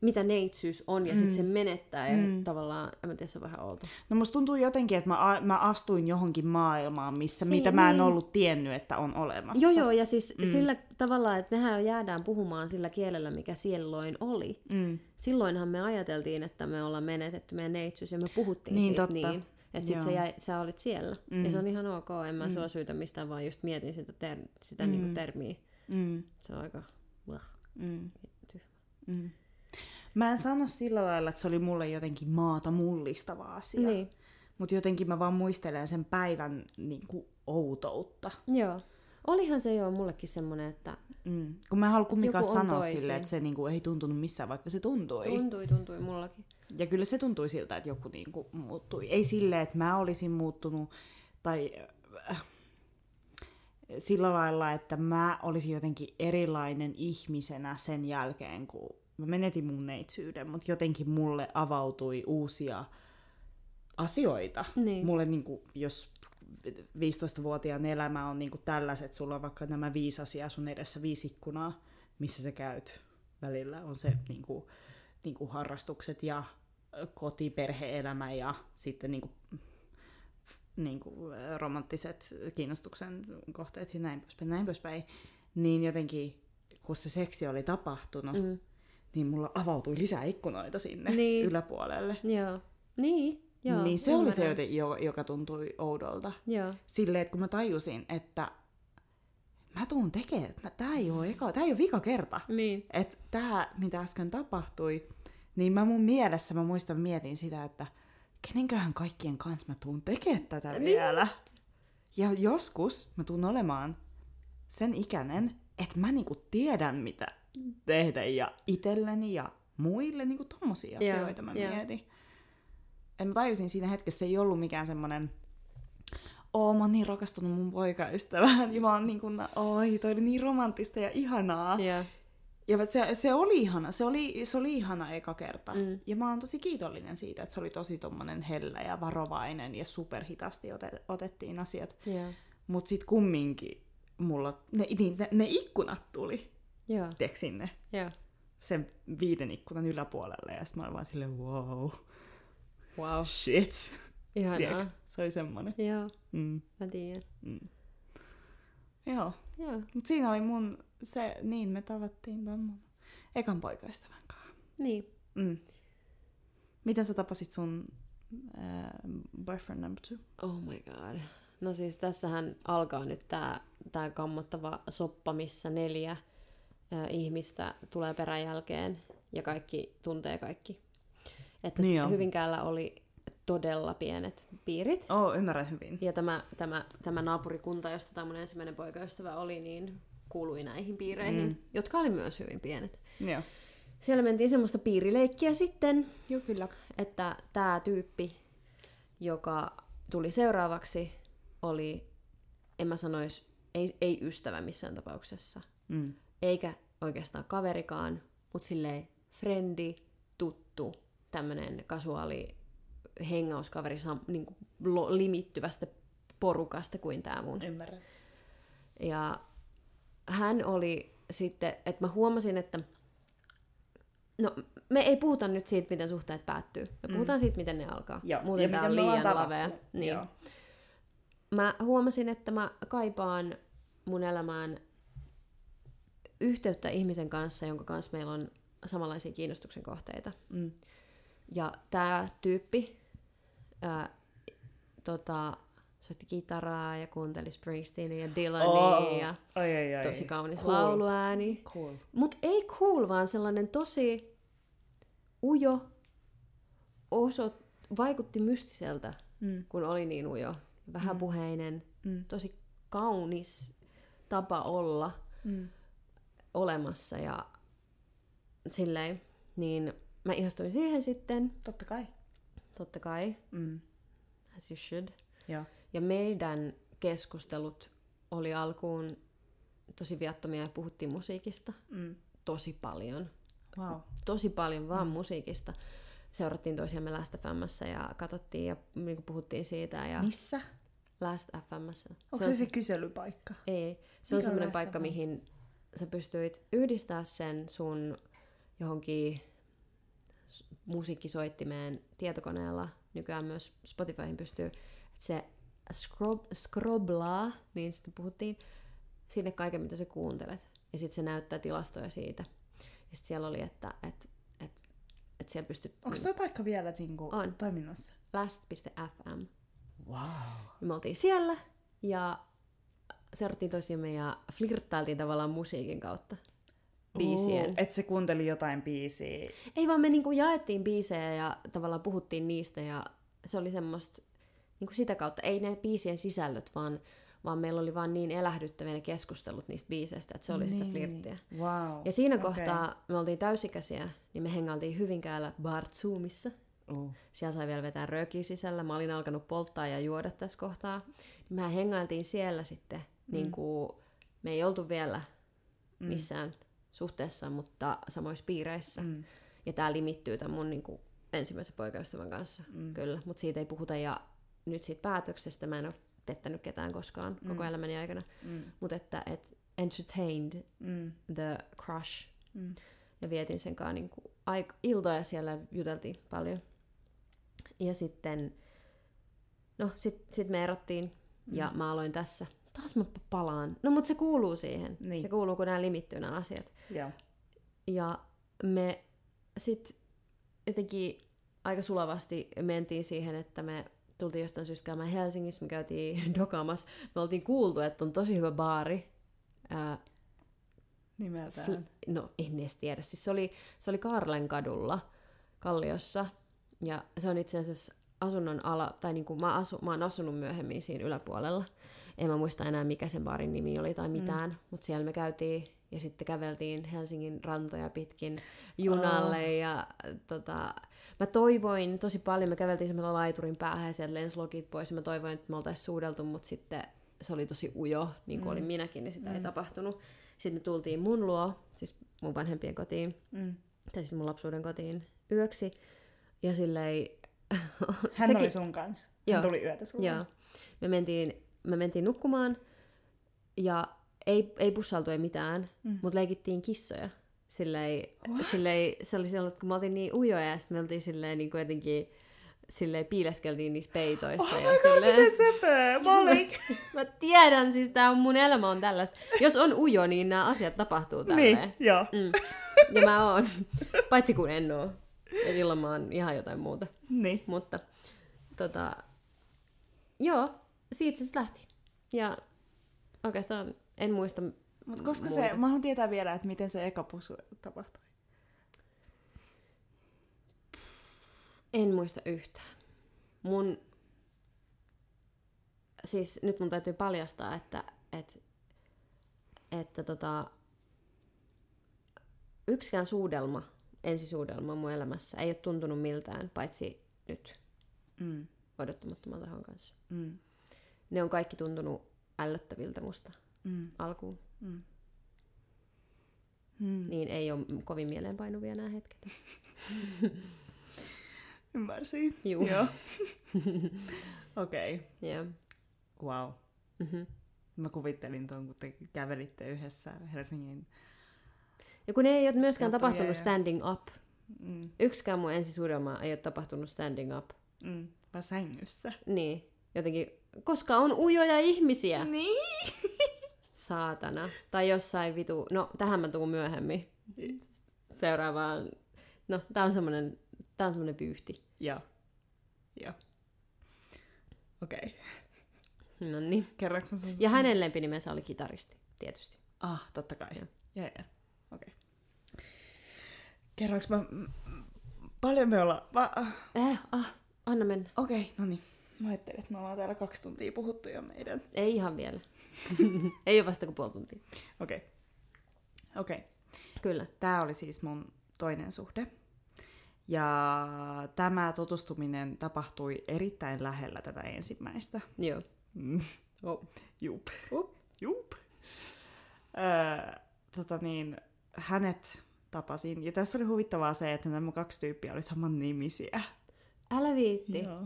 Speaker 1: mitä neitsyys on ja mm. sitten se menettää ja mm.
Speaker 2: Mm.
Speaker 1: tavallaan, en mä tiedä, se on vähän outo.
Speaker 2: No musta tuntuu jotenkin, että mä, a- mä astuin johonkin maailmaan, missä
Speaker 1: Siin-
Speaker 2: Siin, mitä mä en
Speaker 1: niin.
Speaker 2: ollut tiennyt, että on olemassa.
Speaker 1: Joo, joo, ja siis mm. sillä tavalla, että mehän jäädään puhumaan sillä kielellä, mikä silloin oli.
Speaker 2: Mm.
Speaker 1: Silloinhan me ajateltiin, että me ollaan menetetty meidän neitsyys ja me puhuttiin
Speaker 2: Niin,
Speaker 1: siitä
Speaker 2: totta.
Speaker 1: niin. Että sit
Speaker 2: Joo.
Speaker 1: sä, jäi, sä olit siellä. Mm. Ja se on ihan ok, en mä mm. sua syytä mistään, vaan just mietin sitä, ter- sitä mm. niinku termiä.
Speaker 2: Mm.
Speaker 1: Se on aika... Bleh.
Speaker 2: Mm.
Speaker 1: Tyhmä.
Speaker 2: Mm. Mä en sano sillä lailla, että se oli mulle jotenkin maata mullistava asia.
Speaker 1: Niin,
Speaker 2: Mutta jotenkin mä vaan muistelen sen päivän niin kuin, outoutta.
Speaker 1: joo. Olihan se joo mullekin semmoinen, että
Speaker 2: Mm. Kun mä en halua kumminkaan
Speaker 1: Joku on
Speaker 2: sanoa
Speaker 1: toisin.
Speaker 2: silleen, että se niin kuin, ei tuntunut missään, vaikka se tuntui.
Speaker 1: tuntui, tuntui mullakin.
Speaker 2: Ja kyllä se tuntui siltä, että joku niinku muuttui. Ei silleen, että mä olisin muuttunut tai äh, sillä lailla, että mä olisin jotenkin erilainen ihmisenä sen jälkeen, kun mä menetin mun neitsyyden, mutta jotenkin mulle avautui uusia asioita.
Speaker 1: Niin.
Speaker 2: Mulle niinku, jos 15-vuotiaan elämä on niinku tällaiset, sulla on vaikka nämä viisi asiaa sun edessä, viisi ikkunaa, missä sä käyt välillä, on se niinku, niinku harrastukset ja ö, koti, perhe-elämä ja sitten niinku, niinku ö, romanttiset kiinnostuksen kohteet ja näin poispäin, näin poispäin, niin jotenkin kun se seksi oli tapahtunut, mm.
Speaker 1: Mm.
Speaker 2: niin mulla avautui lisää ikkunoita sinne
Speaker 1: Niin.
Speaker 2: niin. yläpuolelle.
Speaker 1: Joo. Niin, joo.
Speaker 2: niin se oli se,
Speaker 1: ymmärrän.
Speaker 2: joten, jo- joka tuntui oudolta.
Speaker 1: Joo.
Speaker 2: Silleen, että kun mä tajusin, että mä tuun tekemään, että tää ei oo eka, tää ei oo vika kerta.
Speaker 1: Niin.
Speaker 2: Että tää, mitä äsken tapahtui, niin mä mun mielessä, mä muistan, mietin sitä, että kenenköhän kaikkien kanssa mä tuun tekemään tätä
Speaker 1: Niin.
Speaker 2: niin. vielä. Ja joskus mä tuun olemaan sen ikäinen, että mä niinku tiedän mitä tehdä ja itselleni ja muille, niinku tommosia
Speaker 1: Joo,
Speaker 2: asioita mä
Speaker 1: joo.
Speaker 2: mietin. Et mä tajusin siinä hetkessä, se ei ollut mikään semmonen, oo mä oon niin rakastunut mun poikaystävään ja mä oon niinku, na- oi toi oli niin romanttista ja ihanaa.
Speaker 1: Joo.
Speaker 2: Ja se, se oli ihana, se oli, se oli ihana eka kerta.
Speaker 1: Mm.
Speaker 2: Mm. Ja mä oon tosi kiitollinen siitä, että se oli tosi tommonen hellä ja varovainen ja superhitaasti ote, otettiin asiat.
Speaker 1: Joo.
Speaker 2: Mut sit kumminkin mulla, ne, niin, ne, ne ikkunat tuli,
Speaker 1: Joo.
Speaker 2: tiedätkö sinne,
Speaker 1: Joo.
Speaker 2: sen viiden ikkunan yläpuolelle. Ja sit mä olin vaan silleen, wow,
Speaker 1: Wow.
Speaker 2: shit.
Speaker 1: Ihanaa.
Speaker 2: Tiedätkö? Se oli semmonen.
Speaker 1: Joo.
Speaker 2: Mm,
Speaker 1: Mä tiedän.
Speaker 2: mm. Joo,
Speaker 1: Joo.
Speaker 2: mut siinä oli mun, se, niin me tavattiin ton mun ekan poikaystävän kanssa.
Speaker 1: Niin.
Speaker 2: Mm. Miten sä tapasit sun äh, boyfriend number two?
Speaker 1: Oh my god. No siis tässähän alkaa nyt tää, tää kammottava soppa, missä neljä ö, ihmistä tulee peräjälkeen ja kaikki tuntee kaikki. Että
Speaker 2: Niin
Speaker 1: niin
Speaker 2: on.
Speaker 1: Hyvinkäällä oli todella pienet piirit.
Speaker 2: Oh, ymmärrän hyvin.
Speaker 1: Ja tämä, tämä, tämä naapurikunta, josta tämä mun ensimmäinen poikaystävä oli, niin kuului näihin piireihin, mm.
Speaker 2: Mm.
Speaker 1: jotka oli myös hyvin pienet.
Speaker 2: Joo.
Speaker 1: Siellä mentiin semmoista piirileikkiä sitten,
Speaker 2: Joo, kyllä.
Speaker 1: että tämä tyyppi, joka tuli seuraavaksi, oli, en mä sanois, ei, ei ystävä missään tapauksessa,
Speaker 2: Mm.
Speaker 1: eikä oikeastaan kaverikaan, mutta silleen frendi, tuttu, tämmönen kasuaali hengauskaveri sam, niin kuin lo, limittyvästä porukasta kuin tämä mun.
Speaker 2: Ymmärrän.
Speaker 1: Ja hän oli sitten, että mä huomasin, että no me ei puhuta nyt siitä, miten suhteet päättyy. Me puhutaan siitä, miten ne alkaa.
Speaker 2: Mm. Joo.
Speaker 1: Muuten tämä on
Speaker 2: me ollaan
Speaker 1: liian
Speaker 2: tavattu.
Speaker 1: lavea. Niin.
Speaker 2: Joo.
Speaker 1: Mä huomasin, että mä kaipaan mun elämään yhteyttä ihmisen kanssa, jonka kanssa meillä on samanlaisia kiinnostuksen kohteita.
Speaker 2: Mm.
Speaker 1: Ja tämä tyyppi ää, tota, soitti kitaraa ja kuunteli Springsteenia ja Dylania
Speaker 2: Oh.
Speaker 1: ja
Speaker 2: Ai, ai, ai.
Speaker 1: tosi kaunis
Speaker 2: Cool.
Speaker 1: cool. lauluääni.
Speaker 2: Cool.
Speaker 1: Mut ei cool, vaan sellainen tosi ujo, oso, vaikutti mystiseltä,
Speaker 2: Mm.
Speaker 1: kun oli niin ujo. Vähäpuheinen,
Speaker 2: Mm.
Speaker 1: tosi kaunis tapa olla
Speaker 2: Mm.
Speaker 1: olemassa ja silleen. Niin mä ihastuin siihen sitten,
Speaker 2: Totta kai.
Speaker 1: totta kai,
Speaker 2: Mm.
Speaker 1: as you should.
Speaker 2: Joo.
Speaker 1: Ja meidän keskustelut oli alkuun tosi viattomia ja puhuttiin musiikista
Speaker 2: Mm.
Speaker 1: tosi paljon.
Speaker 2: Wow.
Speaker 1: tosi paljon vaan musiikista. Seurattiin toisiamme Last FMssä ja katsottiin ja niin puhuttiin siitä ja
Speaker 2: Missä?
Speaker 1: Last FMssä.
Speaker 2: Onko Niin. se se kyselypaikka?
Speaker 1: Ei, se on
Speaker 2: Mikä on
Speaker 1: semmoinen
Speaker 2: Last
Speaker 1: paikka,
Speaker 2: FM?
Speaker 1: mihin sä pystyit yhdistää sen sun johonkin s- musiikkisoittimeen tietokoneella. Nykyään myös Spotifyhin pystyy. Et se scrob, scroblaa, niin sitten puhuttiin sinne kaiken, mitä sä kuuntelet. Ja sitten se näyttää tilastoja siitä. Ja sitten siellä oli, että et, et, et siellä pystyt... niin
Speaker 2: Onko toi paikka vielä niinku
Speaker 1: On.
Speaker 2: toiminnassa?
Speaker 1: Last.fm.
Speaker 2: Wow.
Speaker 1: Ja me oltiin siellä ja seurattiin toisiamme ja flirttailtiin tavallaan musiikin kautta. Biisien.
Speaker 2: Uh, et se kuunteli jotain biisiä.
Speaker 1: Ei vaan me niinku jaettiin biisejä ja tavallaan puhuttiin niistä ja se oli semmoista niinku sitä kautta. Ei ne biisien sisällöt, vaan, vaan meillä oli vaan niin elähdyttäviä ne keskustelut niistä biiseistä, että se oli niin. sitä flirttiä.
Speaker 2: Wow.
Speaker 1: Ja siinä okay.
Speaker 2: Okei.
Speaker 1: kohtaa me oltiin täysikäisiä, niin me hengailtiin Hyvinkäällä Bar Zoomissa.
Speaker 2: Uh.
Speaker 1: Siellä sai vielä vetää röökiä sisällä. Mä olin alkanut polttaa ja juoda tässä kohtaa. Niin Mehän hengailtiin siellä sitten. Mm. Niin kuin, me ei oltu vielä missään mm. suhteessa, mutta samoissa piireissä. Mm.
Speaker 2: Mm.
Speaker 1: Ja tämä limittyy tämän mun niin kuin, ensimmäisen poikaystävän kanssa. Mm. Kyllä, mutta siitä ei puhuta. Ja nyt siitä päätöksestä mä en ole pettänyt ketään koskaan mm. koko elämäni aikana.
Speaker 2: Mm.
Speaker 1: Mutta että et entertained
Speaker 2: Mm.
Speaker 1: the crush.
Speaker 2: Mm.
Speaker 1: Ja vietin sen kanssa niin aik- iltoja siellä, juteltiin paljon. Ja sitten, no sit, sit me erottiin ja
Speaker 2: Mm.
Speaker 1: mä aloin tässä. Taas mä pa- palaan. No mut se kuuluu siihen.
Speaker 2: Niin.
Speaker 1: Se kuuluu, kun nämä limittyy nämä asiat.
Speaker 2: Joo.
Speaker 1: Ja me sit jotenkin aika sulavasti mentiin siihen, että me tultiin jostain syystä käymään Helsingissä, me käytiin dokaamassa. Me oltiin kuultu, että on tosi hyvä baari. Ää,
Speaker 2: Nimeltään.
Speaker 1: Fl- no en edes tiedä. Siis se oli, se oli Kaarlen kadulla Kalliossa. Ja niinku se on itse asiassa asunnon ala, tai niin kuin mä, asu, mä oon asunut myöhemmin siinä yläpuolella. en mä muista enää mikä sen baarin nimi oli tai mitään, mm. mutta siellä me käytiin ja sitten käveltiin Helsingin rantoja pitkin junalle oh. ja äh, tota, mä toivoin tosi paljon, me käveltiin semmoinen laiturin päähän ja sieltä lensi lokit pois ja mä toivoin, että me oltaisiin suudeltu, mutta sitten se oli tosi ujo, niin kuin mm. olin minäkin, niin sitä mm. ei tapahtunut. Sitten me tultiin mun luo, siis mun vanhempien kotiin,
Speaker 2: Mm.
Speaker 1: tai siis mun lapsuuden kotiin yöksi ja silleen...
Speaker 2: Hän
Speaker 1: sekin-
Speaker 2: oli sun kanssa.
Speaker 1: Joo.
Speaker 2: Hän tuli yötä sun
Speaker 1: Joo. Me mentiin, me mentiin nukkumaan ja ei, ei pussailtu ei mitään, mm.
Speaker 2: Mm.
Speaker 1: mutta leikittiin kissoja. Silleen,
Speaker 2: What?
Speaker 1: silleen, se oli silloin, kun me oltiin niin ujoja ja sitten me oltiin silleen niin kuin jotenkin silleen piileskeltiin niissä peitoissa.
Speaker 2: Oh
Speaker 1: ja
Speaker 2: my god,
Speaker 1: silleen,
Speaker 2: miten söpö! Malik!
Speaker 1: Mä tiedän, siis tää on mun elämä on tällaista. Jos on ujo, niin nämä asiat tapahtuu tälleen.
Speaker 2: niin, joo.
Speaker 1: Mm. Ja mä oon. Paitsi kun en oo. Ja silloin mä oon ihan jotain muuta.
Speaker 2: Niin.
Speaker 1: Mutta tota, joo, siitä se sit lähti. Ja oikeastaan en muista.
Speaker 2: Mutta koska
Speaker 1: Muuta.
Speaker 2: se, mä haluan tietää vielä, että miten se eka pusu tapahtui.
Speaker 1: En muista yhtään. Mun... Siis nyt mun täytyy paljastaa, että, että, että tota, yksikään suudelma, ensisuudelma mun elämässä ei ole tuntunut miltään, paitsi nyt
Speaker 2: Mm,
Speaker 1: odottamattoman tahon kanssa.
Speaker 2: mm,
Speaker 1: Ne on kaikki tuntunut ällöttäviltä musta
Speaker 2: mm,
Speaker 1: alkuun.
Speaker 2: mm. Mm.
Speaker 1: Niin ei ole kovin mieleenpainuvia nämä hetket.
Speaker 2: Ymmärsin.
Speaker 1: Juu.
Speaker 2: Joo. Okei, okay.
Speaker 1: Joo.
Speaker 2: wow.
Speaker 1: Mhm.
Speaker 2: Mä kuvittelin tuon, kun te kävelitte yhdessä Helsingin.
Speaker 1: Ja kun ei ole myöskään
Speaker 2: Kattavia
Speaker 1: tapahtunut
Speaker 2: ja-
Speaker 1: standing up.
Speaker 2: Mm,
Speaker 1: Yksikään mun ensisuudelma ei ole tapahtunut standing up.
Speaker 2: mm, vai sängyssä.
Speaker 1: Niin, jotenkin, koska on ujoja ihmisiä.
Speaker 2: Niin.
Speaker 1: Saatana. Tai jossain vitu, no tähän mä tuun myöhemmin. Seuraavaan, no tää on semmonen, tää on semmonen pyyhti.
Speaker 2: Joo. Joo. Okei. Okay.
Speaker 1: No niin.
Speaker 2: Kerranko mä sun-
Speaker 1: Ja hänen lempinimensä oli kitaristi, tietysti.
Speaker 2: Ah, totta kai.
Speaker 1: Joo.
Speaker 2: Joo, joo. Okei. Okay. Kerranko mä... m- m- Paljon me ollaan... Va- ah,
Speaker 1: Eh, ah, anna mennä.
Speaker 2: Okei, okay, no niin. Mä ajattelin, että me ollaan täällä kaksi tuntia puhuttu jo meidän.
Speaker 1: Ei ihan vielä. ei ole vasta kuin puoli tuntia.
Speaker 2: Okei. Okay. Okei. Okay.
Speaker 1: Kyllä.
Speaker 2: Tämä oli siis mun toinen suhde. Ja tämä tutustuminen tapahtui erittäin lähellä tätä ensimmäistä.
Speaker 1: Joo.
Speaker 2: Mm.
Speaker 1: Oh.
Speaker 2: Juup.
Speaker 1: Up.
Speaker 2: Juup. Öö, tota niin, hänet tapasin. Ja tässä oli huvittavaa se, että nämä kaksi tyyppiä oli saman nimisiä.
Speaker 1: Älä viitti.
Speaker 2: Joo.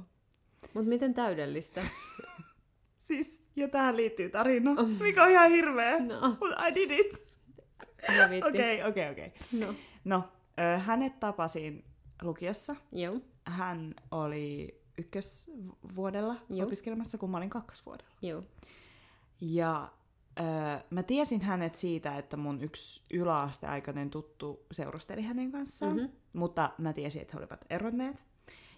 Speaker 1: Mutta miten täydellistä?
Speaker 2: Siis, ja tähän liittyy tarina, mikä on ihan hirveä.
Speaker 1: Oh. No,
Speaker 2: But I did it.
Speaker 1: älä viitti.
Speaker 2: Okei, okei, okei.
Speaker 1: No.
Speaker 2: No, öö, hänet tapasin lukiossa.
Speaker 1: Joo.
Speaker 2: Hän oli ykkösvuodella
Speaker 1: Joo.
Speaker 2: opiskelemassa, kun mä olin kakkosvuodella.
Speaker 1: Joo.
Speaker 2: Ja öö, mä tiesin hänet siitä, että mun yksi yläasteaikainen tuttu seurusteli hänen kanssaan,
Speaker 1: Mhm.
Speaker 2: mm-hmm. mutta mä tiesin, että he olivat eronneet.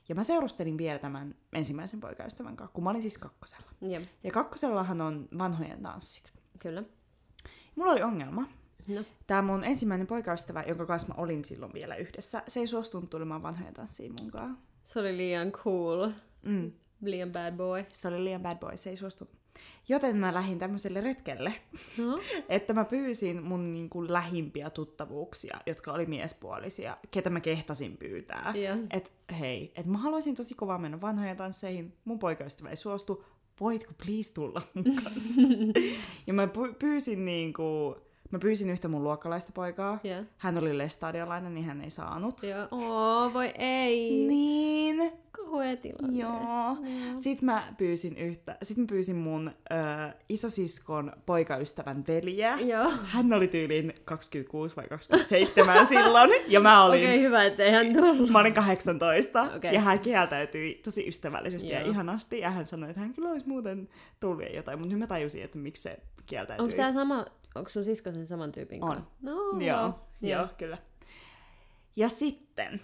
Speaker 2: Ja mä seurustelin vielä tämän ensimmäisen poikaystävän kanssa, kun mä olin siis kakkosella.
Speaker 1: Joo.
Speaker 2: Ja kakkosellahan on vanhojen tanssit.
Speaker 1: Kyllä.
Speaker 2: Mulla oli ongelma.
Speaker 1: No.
Speaker 2: Tämä mun ensimmäinen poikaystävä, jonka kanssa mä olin silloin vielä yhdessä, se ei suostunut tulemaan vanhojen tanssiin munkaan.
Speaker 1: Se oli liian cool.
Speaker 2: Mm.
Speaker 1: Liian bad boy.
Speaker 2: Se oli liian bad boy, se ei suostunut. Joten mä lähdin tämmöiselle retkelle,
Speaker 1: No.
Speaker 2: että mä pyysin mun niin kuin lähimpiä tuttavuuksia, jotka oli miespuolisia, ketä mä kehtasin pyytää.
Speaker 1: Joo.
Speaker 2: Et hei, et mä haluaisin tosi kovaa mennä vanhojen tansseihin, mun poikaystävä ei suostu, voitko please tulla mun kanssa? ja mä py- pyysin niin kuin, mä pyysin yhtä mun luokkalaista poikaa.
Speaker 1: Joo.
Speaker 2: Hän oli lestadiolainen, niin hän ei saanut.
Speaker 1: Joo. Oo, voi ei.
Speaker 2: Niin,
Speaker 1: Kauhea tilanne. Mm.
Speaker 2: joo. Sitten mä pyysin yhtä, sit mä pyysin mun ö, isosiskon poikaystävän veljeä.
Speaker 1: Joo.
Speaker 2: Hän oli tyyliin 26 vai 27 silloin, ja mä olin,
Speaker 1: Okei, okay, hyvä, ettei hän tullut.
Speaker 2: mä olin 18,
Speaker 1: Okei.
Speaker 2: okay. ja hän kieltäytyi tosi ystävällisesti ja
Speaker 1: Joo.
Speaker 2: ihanasti, ja hän sanoi, että hän kyllä olisi muuten tullut ja jotain, mutta nyt mä tajusin, että miksi se kieltäytyi.
Speaker 1: Onko tää sama, onko sun sisko sen saman tyypin
Speaker 2: On.
Speaker 1: kanssa? No,
Speaker 2: Joo, joo, kyllä. Ja sitten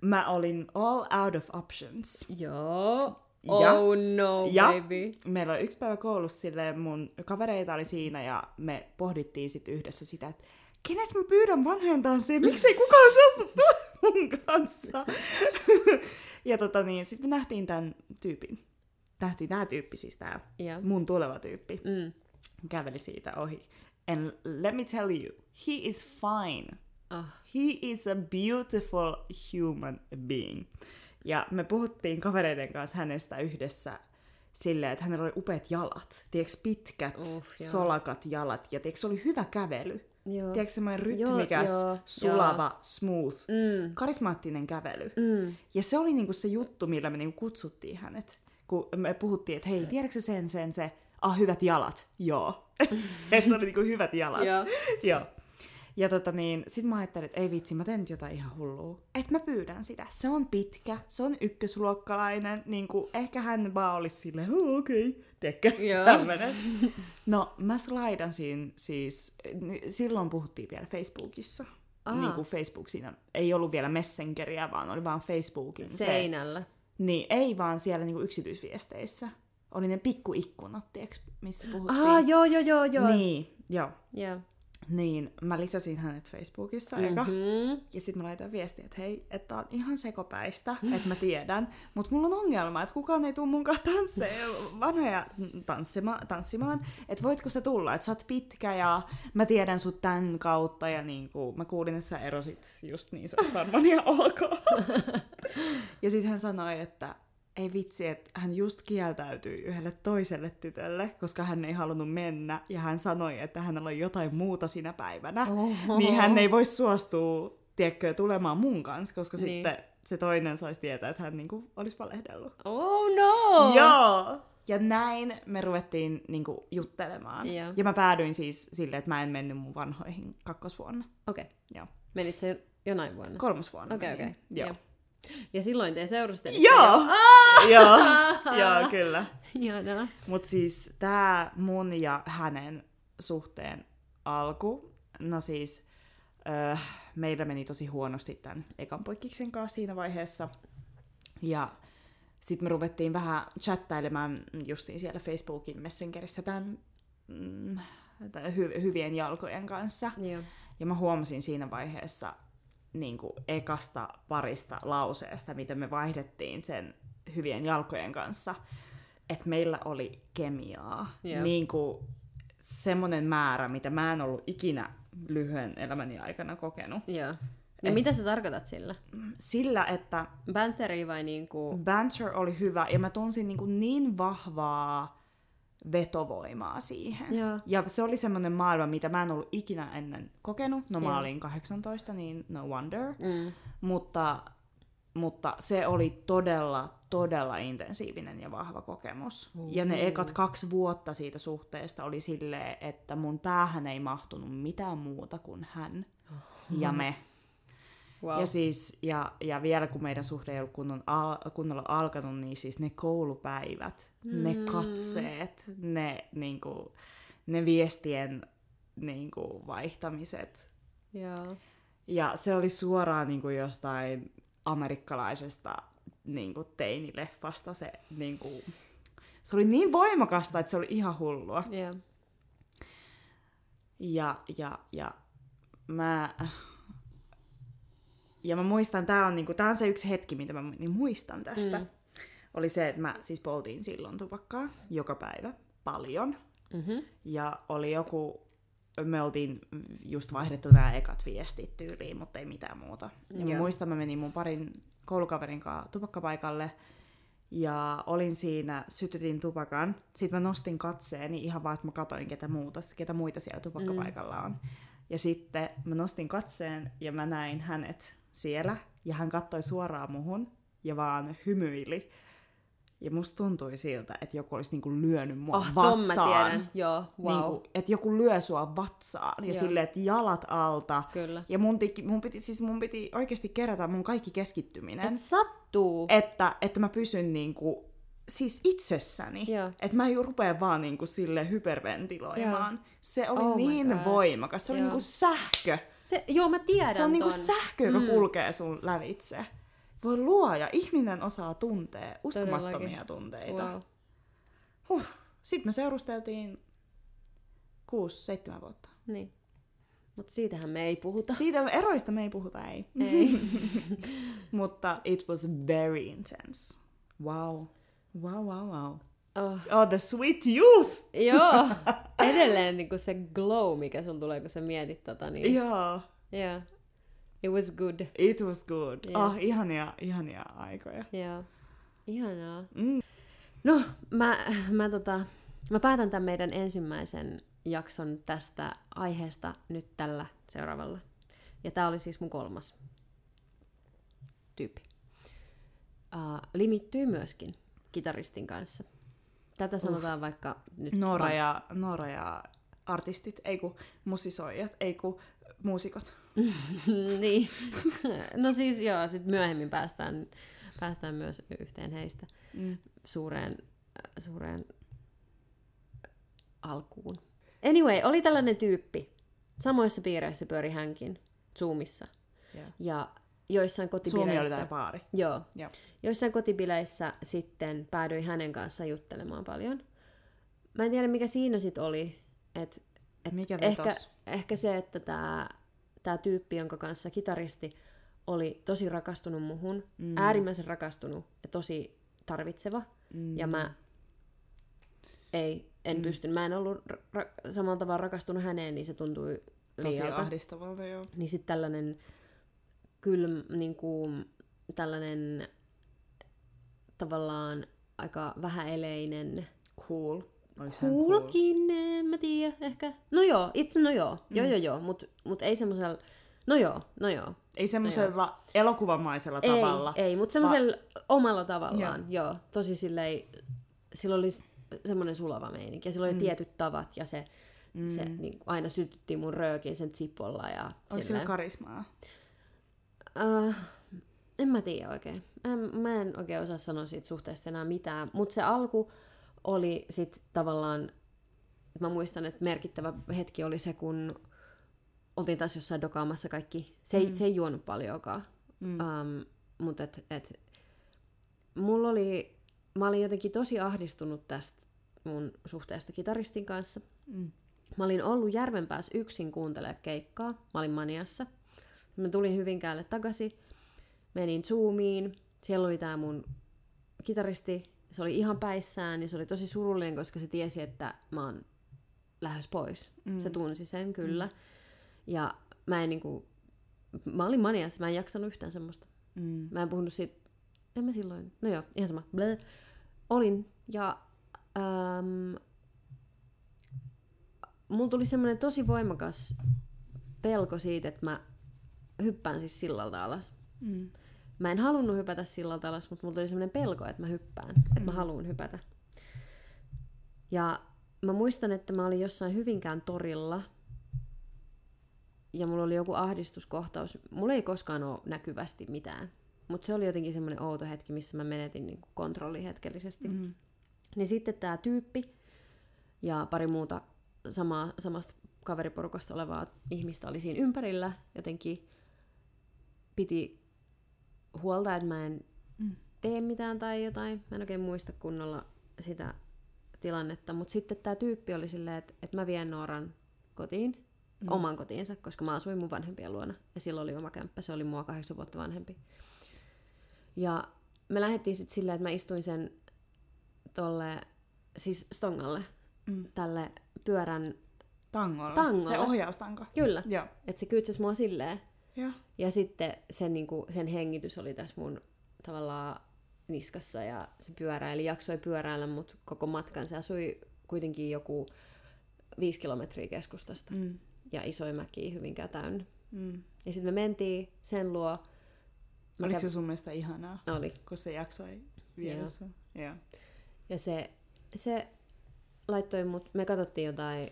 Speaker 2: mä olin all out of options.
Speaker 1: Joo.
Speaker 2: Ja.
Speaker 1: Oh no,
Speaker 2: Ja.
Speaker 1: baby.
Speaker 2: meillä oli yksi päivä koulussa silleen, mun kavereita oli siinä ja me pohdittiin sitten yhdessä sitä, että kenet mä pyydän vanhojen tanssiin, miksei kukaan suostu tulemaan mun kanssa. ja tota niin, sitten me nähtiin tämän tyypin. tähti, tämä tyyppi siis tämä
Speaker 1: Ja.
Speaker 2: mun tuleva tyyppi
Speaker 1: Mm.
Speaker 2: käveli siitä ohi. And let me tell you, he is fine.
Speaker 1: Oh.
Speaker 2: He is a beautiful human being. Ja me puhuttiin kavereiden kanssa hänestä yhdessä silleen, että hänellä oli upeat jalat. Tiedätkö, pitkät,
Speaker 1: Uff, joo.
Speaker 2: solakat jalat. Ja tiedätkö, se oli hyvä kävely.
Speaker 1: Joo.
Speaker 2: Tiedätkö, semmoinen
Speaker 1: Joo,
Speaker 2: rytmikäs,
Speaker 1: joo,
Speaker 2: sulava, smooth,
Speaker 1: Mm.
Speaker 2: karismaattinen kävely.
Speaker 1: Mm.
Speaker 2: Ja se oli niinku se juttu, millä me niinku kutsuttiin hänet. Kun me puhuttiin, että hei, tiedätkö sä sen, sen, se, ah, hyvät jalat, joo. että se oli niinku hyvät jalat.
Speaker 1: Joo.
Speaker 2: joo. Ja tota niin, sit mä ajattelin, että ei vitsi, mä teen nyt jotain ihan hullua. Että mä pyydän sitä. Se on pitkä, se on ykkösluokkalainen, niinku, ehkä hän vaan olisi silleen, "Oo, okei, okay. tiedätkö,
Speaker 1: Joo.
Speaker 2: tämmönen. No, mä slaidan siinä siis, n- silloin puhuttiin vielä Facebookissa.
Speaker 1: Aa.
Speaker 2: Niin kuin Facebook siinä ei ollut vielä Messengeriä, vaan oli vaan Facebookin
Speaker 1: Seinällä.
Speaker 2: niin, ei vaan siellä niinku yksityisviesteissä. Oli ne pikkuikkunat, tiedätkö, missä puhuttiin.
Speaker 1: Ah, joo, joo, joo, joo.
Speaker 2: Niin, joo.
Speaker 1: Joo.
Speaker 2: Niin, mä lisäsin hänet Facebookissa mm-hmm. eka.
Speaker 1: Mm-hmm.
Speaker 2: Ja sitten mä laitan viestiä, että hei, että on ihan sekopäistä, että mä tiedän. Mutta mulla on ongelma, että kukaan ei tuu munkaan tansse, vanhoja tanssima, tanssimaan. Että voitko sä tulla, että sä oot pitkä ja mä tiedän sut tämän kautta. Ja niin kuin, mä kuulin, että sä erosit just niin, se on varmaan ihan ok. ja sitten hän sanoi, että ei vitsi, että hän just kieltäytyi yhdelle toiselle tytölle, koska hän ei halunnut mennä. Ja hän sanoi, että hänellä on jotain muuta sinä päivänä
Speaker 1: Oho.
Speaker 2: niin hän ei voi suostua, tiedätkö, tulemaan mun kanssa, koska
Speaker 1: Niin.
Speaker 2: niin. sitten se toinen saisi tietää, että hän niinku olisi valehdellut.
Speaker 1: Oh no!
Speaker 2: Joo! Ja näin me ruvettiin niinku juttelemaan.
Speaker 1: Joo.
Speaker 2: Ja mä päädyin siis silleen, että mä en mennyt mun vanhoihin kakkosvuonna.
Speaker 1: Okei. Okay.
Speaker 2: Joo.
Speaker 1: Menit sen jonain vuonna?
Speaker 2: Kolmosvuonna.
Speaker 1: Okei,
Speaker 2: menin.
Speaker 1: okei.
Speaker 2: Joo.
Speaker 1: Joo. Ja silloin te seurustelitte.
Speaker 2: Joo! Joo, joo, kyllä.
Speaker 1: Ihanaa.
Speaker 2: Mut siis tää mun ja hänen suhteen alku, no siis öö, meillä meni tosi huonosti tämän ekan poikkiksen kanssa siinä vaiheessa. Ja sitten me ruvettiin vähän chattailemaan justiin siellä Facebookin Messengerissä tämän mm, tän hy- hyvien jalkojen kanssa.
Speaker 1: Joo.
Speaker 2: Ja mä huomasin siinä vaiheessa niin kuin ekasta parista lauseesta, miten me vaihdettiin sen hyvien jalkojen kanssa, että meillä oli kemiaa.
Speaker 1: Joo.
Speaker 2: Niin kuin semmoinen määrä, mitä mä en ollut ikinä lyhyen elämäni aikana kokenut.
Speaker 1: Joo. No
Speaker 2: Et-
Speaker 1: mitä sä tarkoitat sillä?
Speaker 2: Sillä, että
Speaker 1: Banteri vai niinku...
Speaker 2: banter oli hyvä ja mä tunsin niin, kuin niin vahvaa vetovoimaa siihen.
Speaker 1: Joo.
Speaker 2: Ja se oli semmoinen maailma, mitä mä en ollut ikinä ennen kokenut. No mä
Speaker 1: Joo.
Speaker 2: olin 18, niin no wonder.
Speaker 1: Mm.
Speaker 2: Mutta, mutta se oli todella, todella intensiivinen ja vahva kokemus. Ja ne ekat kaksi vuotta siitä suhteesta oli silleen, että mun päähän ei mahtunut mitään muuta kuin hän ja me.
Speaker 1: Wow.
Speaker 2: Ja, siis, ja, ja vielä kun meidän suhde ei ollut kunnon al, kunnolla alkanut, niin siis ne koulupäivät, mm. ne katseet, ne, niinku, ne viestien niinku, vaihtamiset.
Speaker 1: Joo.
Speaker 2: Ja se oli suoraan niinku, jostain amerikkalaisesta niinku, teinileffasta se niinku, se oli niin voimakasta, että se oli ihan hullua.
Speaker 1: Joo.
Speaker 2: Ja, ja, ja mä... Ja mä muistan, tää on, niinku, tää on se yksi hetki, mitä mä mu- niin muistan tästä.
Speaker 1: Mm.
Speaker 2: Mm. Oli se, että mä siis poltiin silloin tupakkaa joka päivä paljon.
Speaker 1: Mhm.
Speaker 2: Ja oli joku, me oltiin just vaihdettu nämä ekat viestit tyyliin, mutta ei mitään muuta. Ja mä
Speaker 1: Joo.
Speaker 2: muistan, mä menin mun parin koulukaverin kanssa tupakkapaikalle ja olin siinä, sytytin tupakan. Sitten mä nostin katseeni ihan vaan, että mä katoin ketä, muuta, ketä muita siellä tupakkapaikalla
Speaker 1: Mm.
Speaker 2: on. Ja sitten mä nostin katseen ja mä näin hänet siellä ja hän kattoi suoraan muhun ja vaan hymyili. Ja musta tuntui siltä, että joku olisi niinku lyönyt mua
Speaker 1: Ah, ton mä
Speaker 2: vatsaan.
Speaker 1: tiedän. Joo, wow.
Speaker 2: Wow. Niin kuin, että joku lyö sua vatsaan ja
Speaker 1: Joo.
Speaker 2: silleen, että jalat alta.
Speaker 1: Kyllä.
Speaker 2: Ja mun, tiki, mun, piti, siis mun piti oikeasti kerätä mun kaikki keskittyminen,
Speaker 1: Et sattuu.
Speaker 2: että, että mä pysyn niinku, siis itsessäni.
Speaker 1: Joo.
Speaker 2: Että mä ei rupea vaan niinku sille hyperventiloimaan. Se oli
Speaker 1: Oh
Speaker 2: oh
Speaker 1: my
Speaker 2: niin
Speaker 1: God.
Speaker 2: voimakas, se oli
Speaker 1: Joo.
Speaker 2: niinku sähkö.
Speaker 1: Se, joo, mä tiedän
Speaker 2: Se on niinku
Speaker 1: ton.
Speaker 2: sähkö, joka
Speaker 1: Mm.
Speaker 2: mm. kulkee sun lävitse. Voi luoja, ihminen osaa tuntea uskomattomia
Speaker 1: Todellakin.
Speaker 2: tunteita.
Speaker 1: wow.
Speaker 2: Huh. Sitten me seurusteltiin kuusi, seitsemän vuotta.
Speaker 1: Niin. Mut siitähän me ei puhuta.
Speaker 2: Siitä eroista me ei puhuta, ei.
Speaker 1: Ei.
Speaker 2: Mutta it was very intense. Wow. Wow, wow, wow.
Speaker 1: Oh.
Speaker 2: Oh, the sweet youth!
Speaker 1: Joo, edelleen niin kuin se glow, mikä sun tulee, kun sä mietit tota, niin
Speaker 2: Joo.
Speaker 1: yeah. it was good.
Speaker 2: It was good. Yes. Oh,
Speaker 1: Yes.
Speaker 2: ihania, ihania aikoja.
Speaker 1: Joo, ihanaa.
Speaker 2: Mm.
Speaker 1: No, mä, mä, tota, mä päätän tämän meidän ensimmäisen jakson tästä aiheesta nyt tällä seuraavalla. Ja tämä oli siis mun kolmas tyyppi. Uh, limittyy myöskin kitaristin kanssa. Tätä sanotaan vaikka nyt...
Speaker 2: Noora
Speaker 1: vaan-
Speaker 2: ja, Noora ja artistit, ei ku musisoijat, ei ku muusikot.
Speaker 1: niin. No siis joo, sitten myöhemmin päästään, päästään myös yhteen heistä
Speaker 2: Mm.
Speaker 1: suureen, suureen äh, alkuun. Anyway, oli tällainen tyyppi. Samoissa piireissä pyöri hänkin, Zoomissa.
Speaker 2: Yeah.
Speaker 1: Ja joissain
Speaker 2: Suomi oli
Speaker 1: kotibileissä...
Speaker 2: tämä baari.
Speaker 1: Joo.
Speaker 2: Joo.
Speaker 1: Joissain kotibileissä sitten päädyin hänen kanssaan juttelemaan paljon. Mä en tiedä, mikä siinä sitten oli, että
Speaker 2: Mikä
Speaker 1: ehkä,
Speaker 2: vetos?
Speaker 1: ehkä se, että tämä tää tyyppi, jonka kanssa kitaristi oli tosi rakastunut muhun,
Speaker 2: Mm.
Speaker 1: mm. äärimmäisen rakastunut ja tosi tarvitseva.
Speaker 2: Mm.
Speaker 1: Mm. Ja mä ei, en
Speaker 2: Mm.
Speaker 1: mm. pystynyt, mä en ollut ra- ra- samalla tavalla rakastunut häneen, niin se tuntui
Speaker 2: Tosi
Speaker 1: liialta.
Speaker 2: ahdistavalta, joo.
Speaker 1: Niin sitten tällainen kylm, niin kuin, tällainen tavallaan aika vähäeleinen
Speaker 2: Cool. Olis hän
Speaker 1: Kulkin, en eh, mä tiedä, ehkä. No joo, itse no joo, joo joo joo, mut, mut ei semmosella, no joo, no joo.
Speaker 2: Ei semmoisella elokuvamaisella tavalla.
Speaker 1: Ei, ei mut semmoisella omalla tavallaan, joo. joo. Tosi silleen, sillä oli s- semmoinen sulava meininki ja sillä oli mm. tietyt tavat ja se, mm. se niin, aina sytytti mun röökin sen zipolla ja
Speaker 2: Onko sillä karismaa?
Speaker 1: Äh, en mä tiedä oikein. En, mä en oikein osaa sanoa siitä suhteesta enää mitään. Mutta se alku oli sit tavallaan, mä muistan, että merkittävä hetki oli se, kun oltiin taas jossain dokaamassa kaikki. Se ei, mm. se ei juonut paljonkaan.
Speaker 2: Mm.
Speaker 1: Mm. Um, mutta et, et, mulla oli, mä olin jotenkin tosi ahdistunut tästä mun suhteesta kitaristin kanssa.
Speaker 2: Mm.
Speaker 1: Mä olin ollut Järvenpäässä yksin kuuntelemaan keikkaa. Mä olin Maniassa. Mä tulin Hyvinkäälle takaisin. Menin Zoomiin. Siellä oli tää mun kitaristi. Se oli ihan päissään ja se oli tosi surullinen, koska se tiesi, että mä oon lähes pois.
Speaker 2: Mm.
Speaker 1: Mm. Se tunsi sen kyllä. Mm. Ja mä en niinku... Mä olin Maniassa. Mä en jaksanut yhtään semmoista.
Speaker 2: Mm.
Speaker 1: Mä en puhunut siitä, en mä silloin, no joo, ihan sama. Bleh. Olin ja äm, mulla tuli semmoinen tosi voimakas pelko siitä, että mä hyppään siis sillalta alas.
Speaker 2: Mm.
Speaker 1: Mä en halunnut hypätä sillalta alas, mutta mulla tuli semmoinen pelko, että mä hyppään, että mä haluan hypätä. Ja mä muistan, että mä olin jossain Hyvinkään torilla ja mulla oli joku ahdistuskohtaus. Mulla ei koskaan ole näkyvästi mitään, mutta se oli jotenkin semmoinen outo hetki, missä mä menetin niin kontrolli hetkellisesti. Mm.
Speaker 2: Mm.
Speaker 1: Niin sitten tämä tyyppi ja pari muuta samaa, samasta kaveriporukasta olevaa ihmistä oli siinä ympärillä. Jotenkin piti huolta, että mä en
Speaker 2: Mm.
Speaker 1: tee mitään tai jotain. Mä en oikein muista kunnolla sitä tilannetta. Mutta sitten tämä tyyppi oli silleen, että, että mä vien Nooran kotiin,
Speaker 2: Mm.
Speaker 1: mm. oman kotiinsa, koska mä asuin mun vanhempien luona. Ja silloin oli oma kämppä, se oli mua kahdeksan vuotta vanhempi. Ja me lähdettiin sitten silleen, että mä istuin sen tolle, siis stongalle,
Speaker 2: Mm.
Speaker 1: tälle pyörän,
Speaker 2: Tangolla.
Speaker 1: Tangolla.
Speaker 2: Se ohjaustanko.
Speaker 1: kyllä,
Speaker 2: Joo.
Speaker 1: että se kytsäs mua silleen.
Speaker 2: Joo.
Speaker 1: Ja sitten sen, niin kuin, sen hengitys oli tässä mun tavallaan niskassa ja se pyöräili, jaksoi pyöräillä mut koko matkan. Se asui kuitenkin joku viisi kilometriä keskustasta
Speaker 2: Mm.
Speaker 1: ja isoin mäki hyvinkään täynnä.
Speaker 2: Mm.
Speaker 1: Ja sitten me mentiin sen luo. Mä
Speaker 2: Oliko
Speaker 1: kävin- No
Speaker 2: se sun mielestä ihanaa,
Speaker 1: Oli.
Speaker 2: kun se jaksoi vieressä? Joo. Yeah.
Speaker 1: Ja se, se laittoi mut, me katsottiin jotain,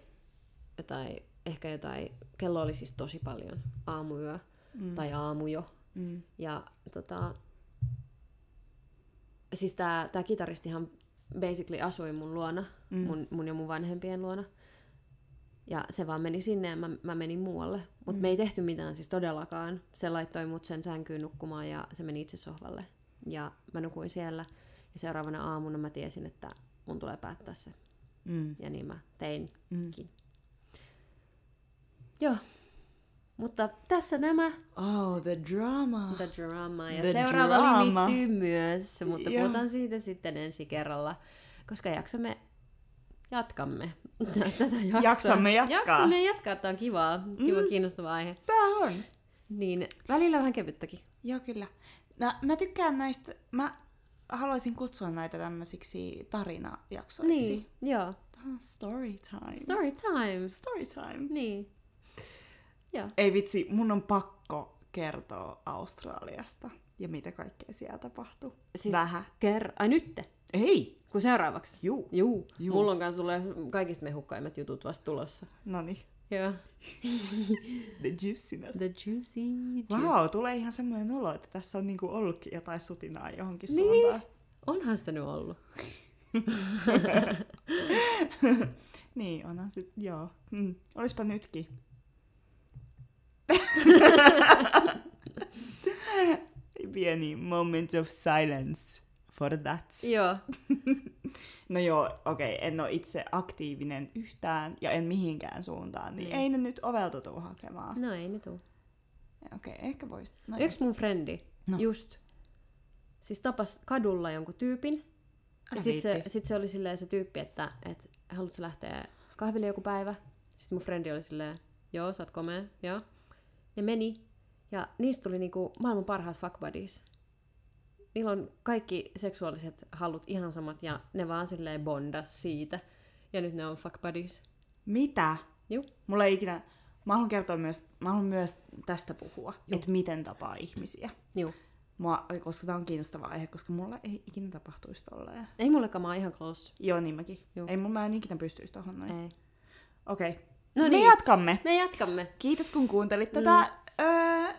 Speaker 1: jotain, ehkä jotain, kello oli siis tosi paljon, aamuyö
Speaker 2: Mm.
Speaker 1: mm. tai aamu jo.
Speaker 2: Mm.
Speaker 1: Ja tota, siis tää, tää kitaristihan basically asui mun luona,
Speaker 2: Mm.
Speaker 1: mm. mun, mun ja mun vanhempien luona. Ja se vaan meni sinne ja mä, mä menin muualle. Mutta mm. me ei tehty mitään siis todellakaan. Se laittoi mut sen sänkyyn nukkumaan ja se meni itse sohvalle. Ja mä nukuin siellä. Ja seuraavana aamuna mä tiesin, että mun tulee päättää se.
Speaker 2: Mm.
Speaker 1: Mm. Ja niin mä tein.
Speaker 2: Mm.
Speaker 1: Joo. Mutta tässä nämä
Speaker 2: Oh, the drama.
Speaker 1: The Drama. Ja
Speaker 2: The
Speaker 1: seuraava
Speaker 2: drama.
Speaker 1: limittyy myös, mutta
Speaker 2: Joo.
Speaker 1: puhutaan siitä sitten ensi kerralla, koska jaksamme jatkamme tätä jaksoa.
Speaker 2: Jaksamme jatkaa.
Speaker 1: Jaksamme jatkaa, tämä on kivaa, kiva mm. kiinnostava aihe.
Speaker 2: Tää on.
Speaker 1: Niin välillä vähän kevyttäkin.
Speaker 2: Joo, kyllä. No, mä tykkään näistä, mä haluaisin kutsua näitä tämmöisiksi tarinajaksoiksi.
Speaker 1: Niin, joo.
Speaker 2: Tää on story time.
Speaker 1: Story time.
Speaker 2: story time.
Speaker 1: Niin. Joo.
Speaker 2: Ei vitsi, mun on pakko kertoa Australiasta ja mitä kaikkea siellä tapahtuu.
Speaker 1: Siis
Speaker 2: Vähän.
Speaker 1: Ker- Ai nytte,
Speaker 2: Ei!
Speaker 1: kun seuraavaksi.
Speaker 2: Juu.
Speaker 1: Juu.
Speaker 2: Juu.
Speaker 1: Juu. Mulla on kanssa tulee kaikista mehukkaimmat jutut vasta tulossa.
Speaker 2: Noniin.
Speaker 1: Joo.
Speaker 2: The juiciness.
Speaker 1: The juicy juice.
Speaker 2: Vau, wow, tulee ihan semmoinen olo, että tässä on niinku ollutkin jotain sutinaa johonkin
Speaker 1: Niin.
Speaker 2: suuntaan.
Speaker 1: Onhan sitä nyt ollut.
Speaker 2: Niin, onhan sit, joo. Mm. Olispa nytkin. Pieni moment of silence for that.
Speaker 1: Joo.
Speaker 2: No joo, okei, okay, en ole itse aktiivinen yhtään ja en mihinkään suuntaan, niin,
Speaker 1: Niin.
Speaker 2: niin. ei ne nyt ovelta tuu hakemaan.
Speaker 1: No ei ne tuu.
Speaker 2: Okei, okay, ehkä voisi... No
Speaker 1: Mm. Yksi mun frendi
Speaker 2: No.
Speaker 1: no. just siis tapas kadulla jonkun tyypin.
Speaker 2: Älä
Speaker 1: Ja sit se,
Speaker 2: viitti.
Speaker 1: sit se oli silleen se tyyppi, että et, haluatko lähteä kahville joku päivä? Sitten mun frendi oli silleen, joo, sä oot komea, joo. Ne meni, ja niistä tuli niinku maailman parhaat fuck buddies. Niillä on kaikki seksuaaliset halut ihan samat, ja ne vaan silleen bondas siitä. Ja nyt ne on fuck buddies.
Speaker 2: Mitä?
Speaker 1: Juu.
Speaker 2: Mulla ei ikinä... Mä haluan kertoa myös, mä haluan myös tästä puhua,
Speaker 1: Juu.
Speaker 2: että miten tapaa ihmisiä.
Speaker 1: Juu.
Speaker 2: Mua, koska tämä on kiinnostava aihe, koska mulla ei ikinä tapahtuisi tolleen.
Speaker 1: Ei mullekaan, mä oon ihan close.
Speaker 2: Joo, niin mäkin.
Speaker 1: Juu.
Speaker 2: Ei mun, mä en ikinä pystyisi tohon noin.
Speaker 1: Ei.
Speaker 2: Okei. Okay.
Speaker 1: No
Speaker 2: Me
Speaker 1: niin.
Speaker 2: jatkamme.
Speaker 1: Me jatkamme.
Speaker 2: Kiitos kun kuuntelit tätä mm.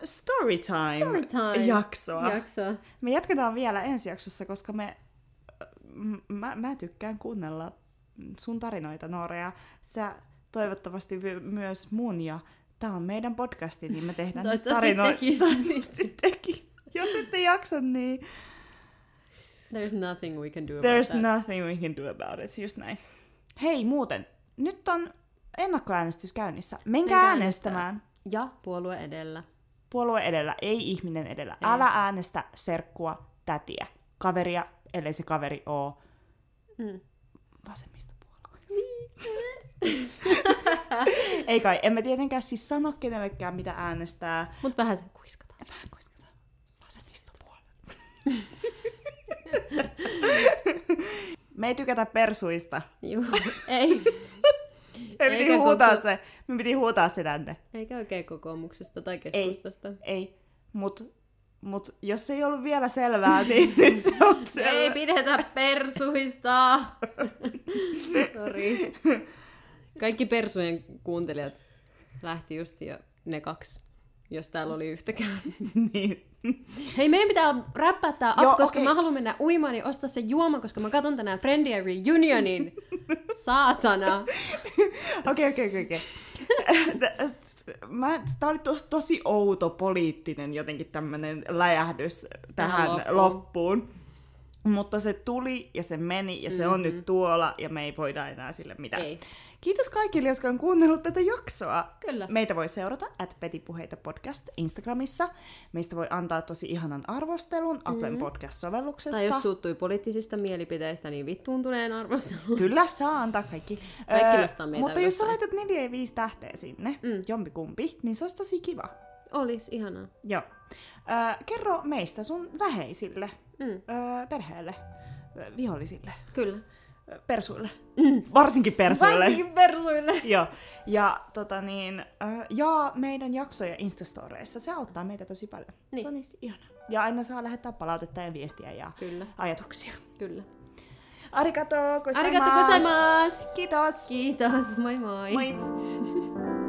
Speaker 2: Storytime,
Speaker 1: Storytime.
Speaker 2: jaksoa.
Speaker 1: Jaksoa.
Speaker 2: Me jatketaan vielä ensi jaksossa, koska me, m- mä, mä tykkään kuunnella sun tarinoita, Noora, ja sä toivottavasti vy- myös mun, ja tää on meidän podcasti, niin me tehdään nyt
Speaker 1: Toivottavasti
Speaker 2: tarinoita.
Speaker 1: tekin.
Speaker 2: Toivottavasti teki. Jos ette jaksa, niin
Speaker 1: There's nothing we can do about
Speaker 2: there's no-
Speaker 1: that.
Speaker 2: nothing we can do about it, just näin. Hei muuten, nyt on ennakkoäänestys käynnissä. Menkää
Speaker 1: Menkää
Speaker 2: äänestämään.
Speaker 1: Ja puolue edellä.
Speaker 2: Puolue edellä, ei ihminen edellä.
Speaker 1: Ei.
Speaker 2: Älä äänestä serkkua, tätiä, kaveria, ellei se kaveri oo
Speaker 1: Mm.
Speaker 2: vasemmista
Speaker 1: Niin.
Speaker 2: Ei kai, emme tietenkään siis sano kenellekään mitä äänestää.
Speaker 1: Mut vähän sen kuiskata.
Speaker 2: Vähän kuiskataan vasemmistopuolella. Me ei tykätä persuista.
Speaker 1: Juu. Ei.
Speaker 2: Me piti
Speaker 1: Eikä
Speaker 2: huutaa
Speaker 1: koko-
Speaker 2: se. Me piti huutaa se tänne.
Speaker 1: Eikä oikein kokoomuksesta tai keskustasta. Ei.
Speaker 2: Ei, mut, mut jos ei ollut vielä selvää, niin nyt se on
Speaker 1: Ei
Speaker 2: selvä.
Speaker 1: pidetä persuista! Sori. Kaikki persujen kuuntelijat lähti just jo ne kaksi, jos täällä oli yhtäkään.
Speaker 2: niin.
Speaker 1: Hei, meidän pitää räppää tää up,
Speaker 2: Joo,
Speaker 1: Joo, koska
Speaker 2: okei.
Speaker 1: okay. mä haluan mennä uimaan ja ostaa se juoma, koska mä katon tänään Friendly Reunionin. Saatana.
Speaker 2: Okei, okei, okei, okei. Tämä oli tos, tosi outo poliittinen jotenkin tämmöinen läjähdys tähän,
Speaker 1: Tähän
Speaker 2: loppuun. loppuun. Mutta se tuli ja se meni ja se mm-hmm. on nyt tuolla ja me ei voida enää sille mitään.
Speaker 1: Mhm. Ei.
Speaker 2: Kiitos kaikille, jotka on kuunnellut tätä jaksoa.
Speaker 1: Kyllä.
Speaker 2: Meitä voi seurata at Petipuheita podcast Instagramissa. Meistä voi antaa tosi ihanan arvostelun Applen podcast-sovelluksessa.
Speaker 1: Mhm. Tai jos suuttui poliittisista mielipiteistä, niin vittuuntuneen arvostelu.
Speaker 2: Kyllä, saa antaa kaikki.
Speaker 1: Kaikki nostaa meitä
Speaker 2: Mutta jos sä
Speaker 1: ylöspäin.
Speaker 2: laitat 4 ja 5 tähteä sinne, mm. jompikumpi, niin se olisi tosi kiva.
Speaker 1: Olis, ihanaa.
Speaker 2: Joo. Ö, kerro meistä sun läheisille,
Speaker 1: Mm.
Speaker 2: ö, perheelle, ö, vihollisille,
Speaker 1: Kyllä.
Speaker 2: ö, persuille. Mm. Varsinkin persuille.
Speaker 1: Varsinkin persuille.
Speaker 2: Joo. Ja tota niin, ö, jaa meidän jaksoja Instastoreissa. Se auttaa meitä tosi paljon.
Speaker 1: Niin.
Speaker 2: Se on niistä ihanaa. Ja aina saa lähettää palautetta ja viestiä ja
Speaker 1: Kyllä,
Speaker 2: ajatuksia.
Speaker 1: kyllä.
Speaker 2: Arigato gozaimasu!
Speaker 1: Arigato gozaimasu!
Speaker 2: Kiitos!
Speaker 1: Kiitos, moi moi!
Speaker 2: Moi!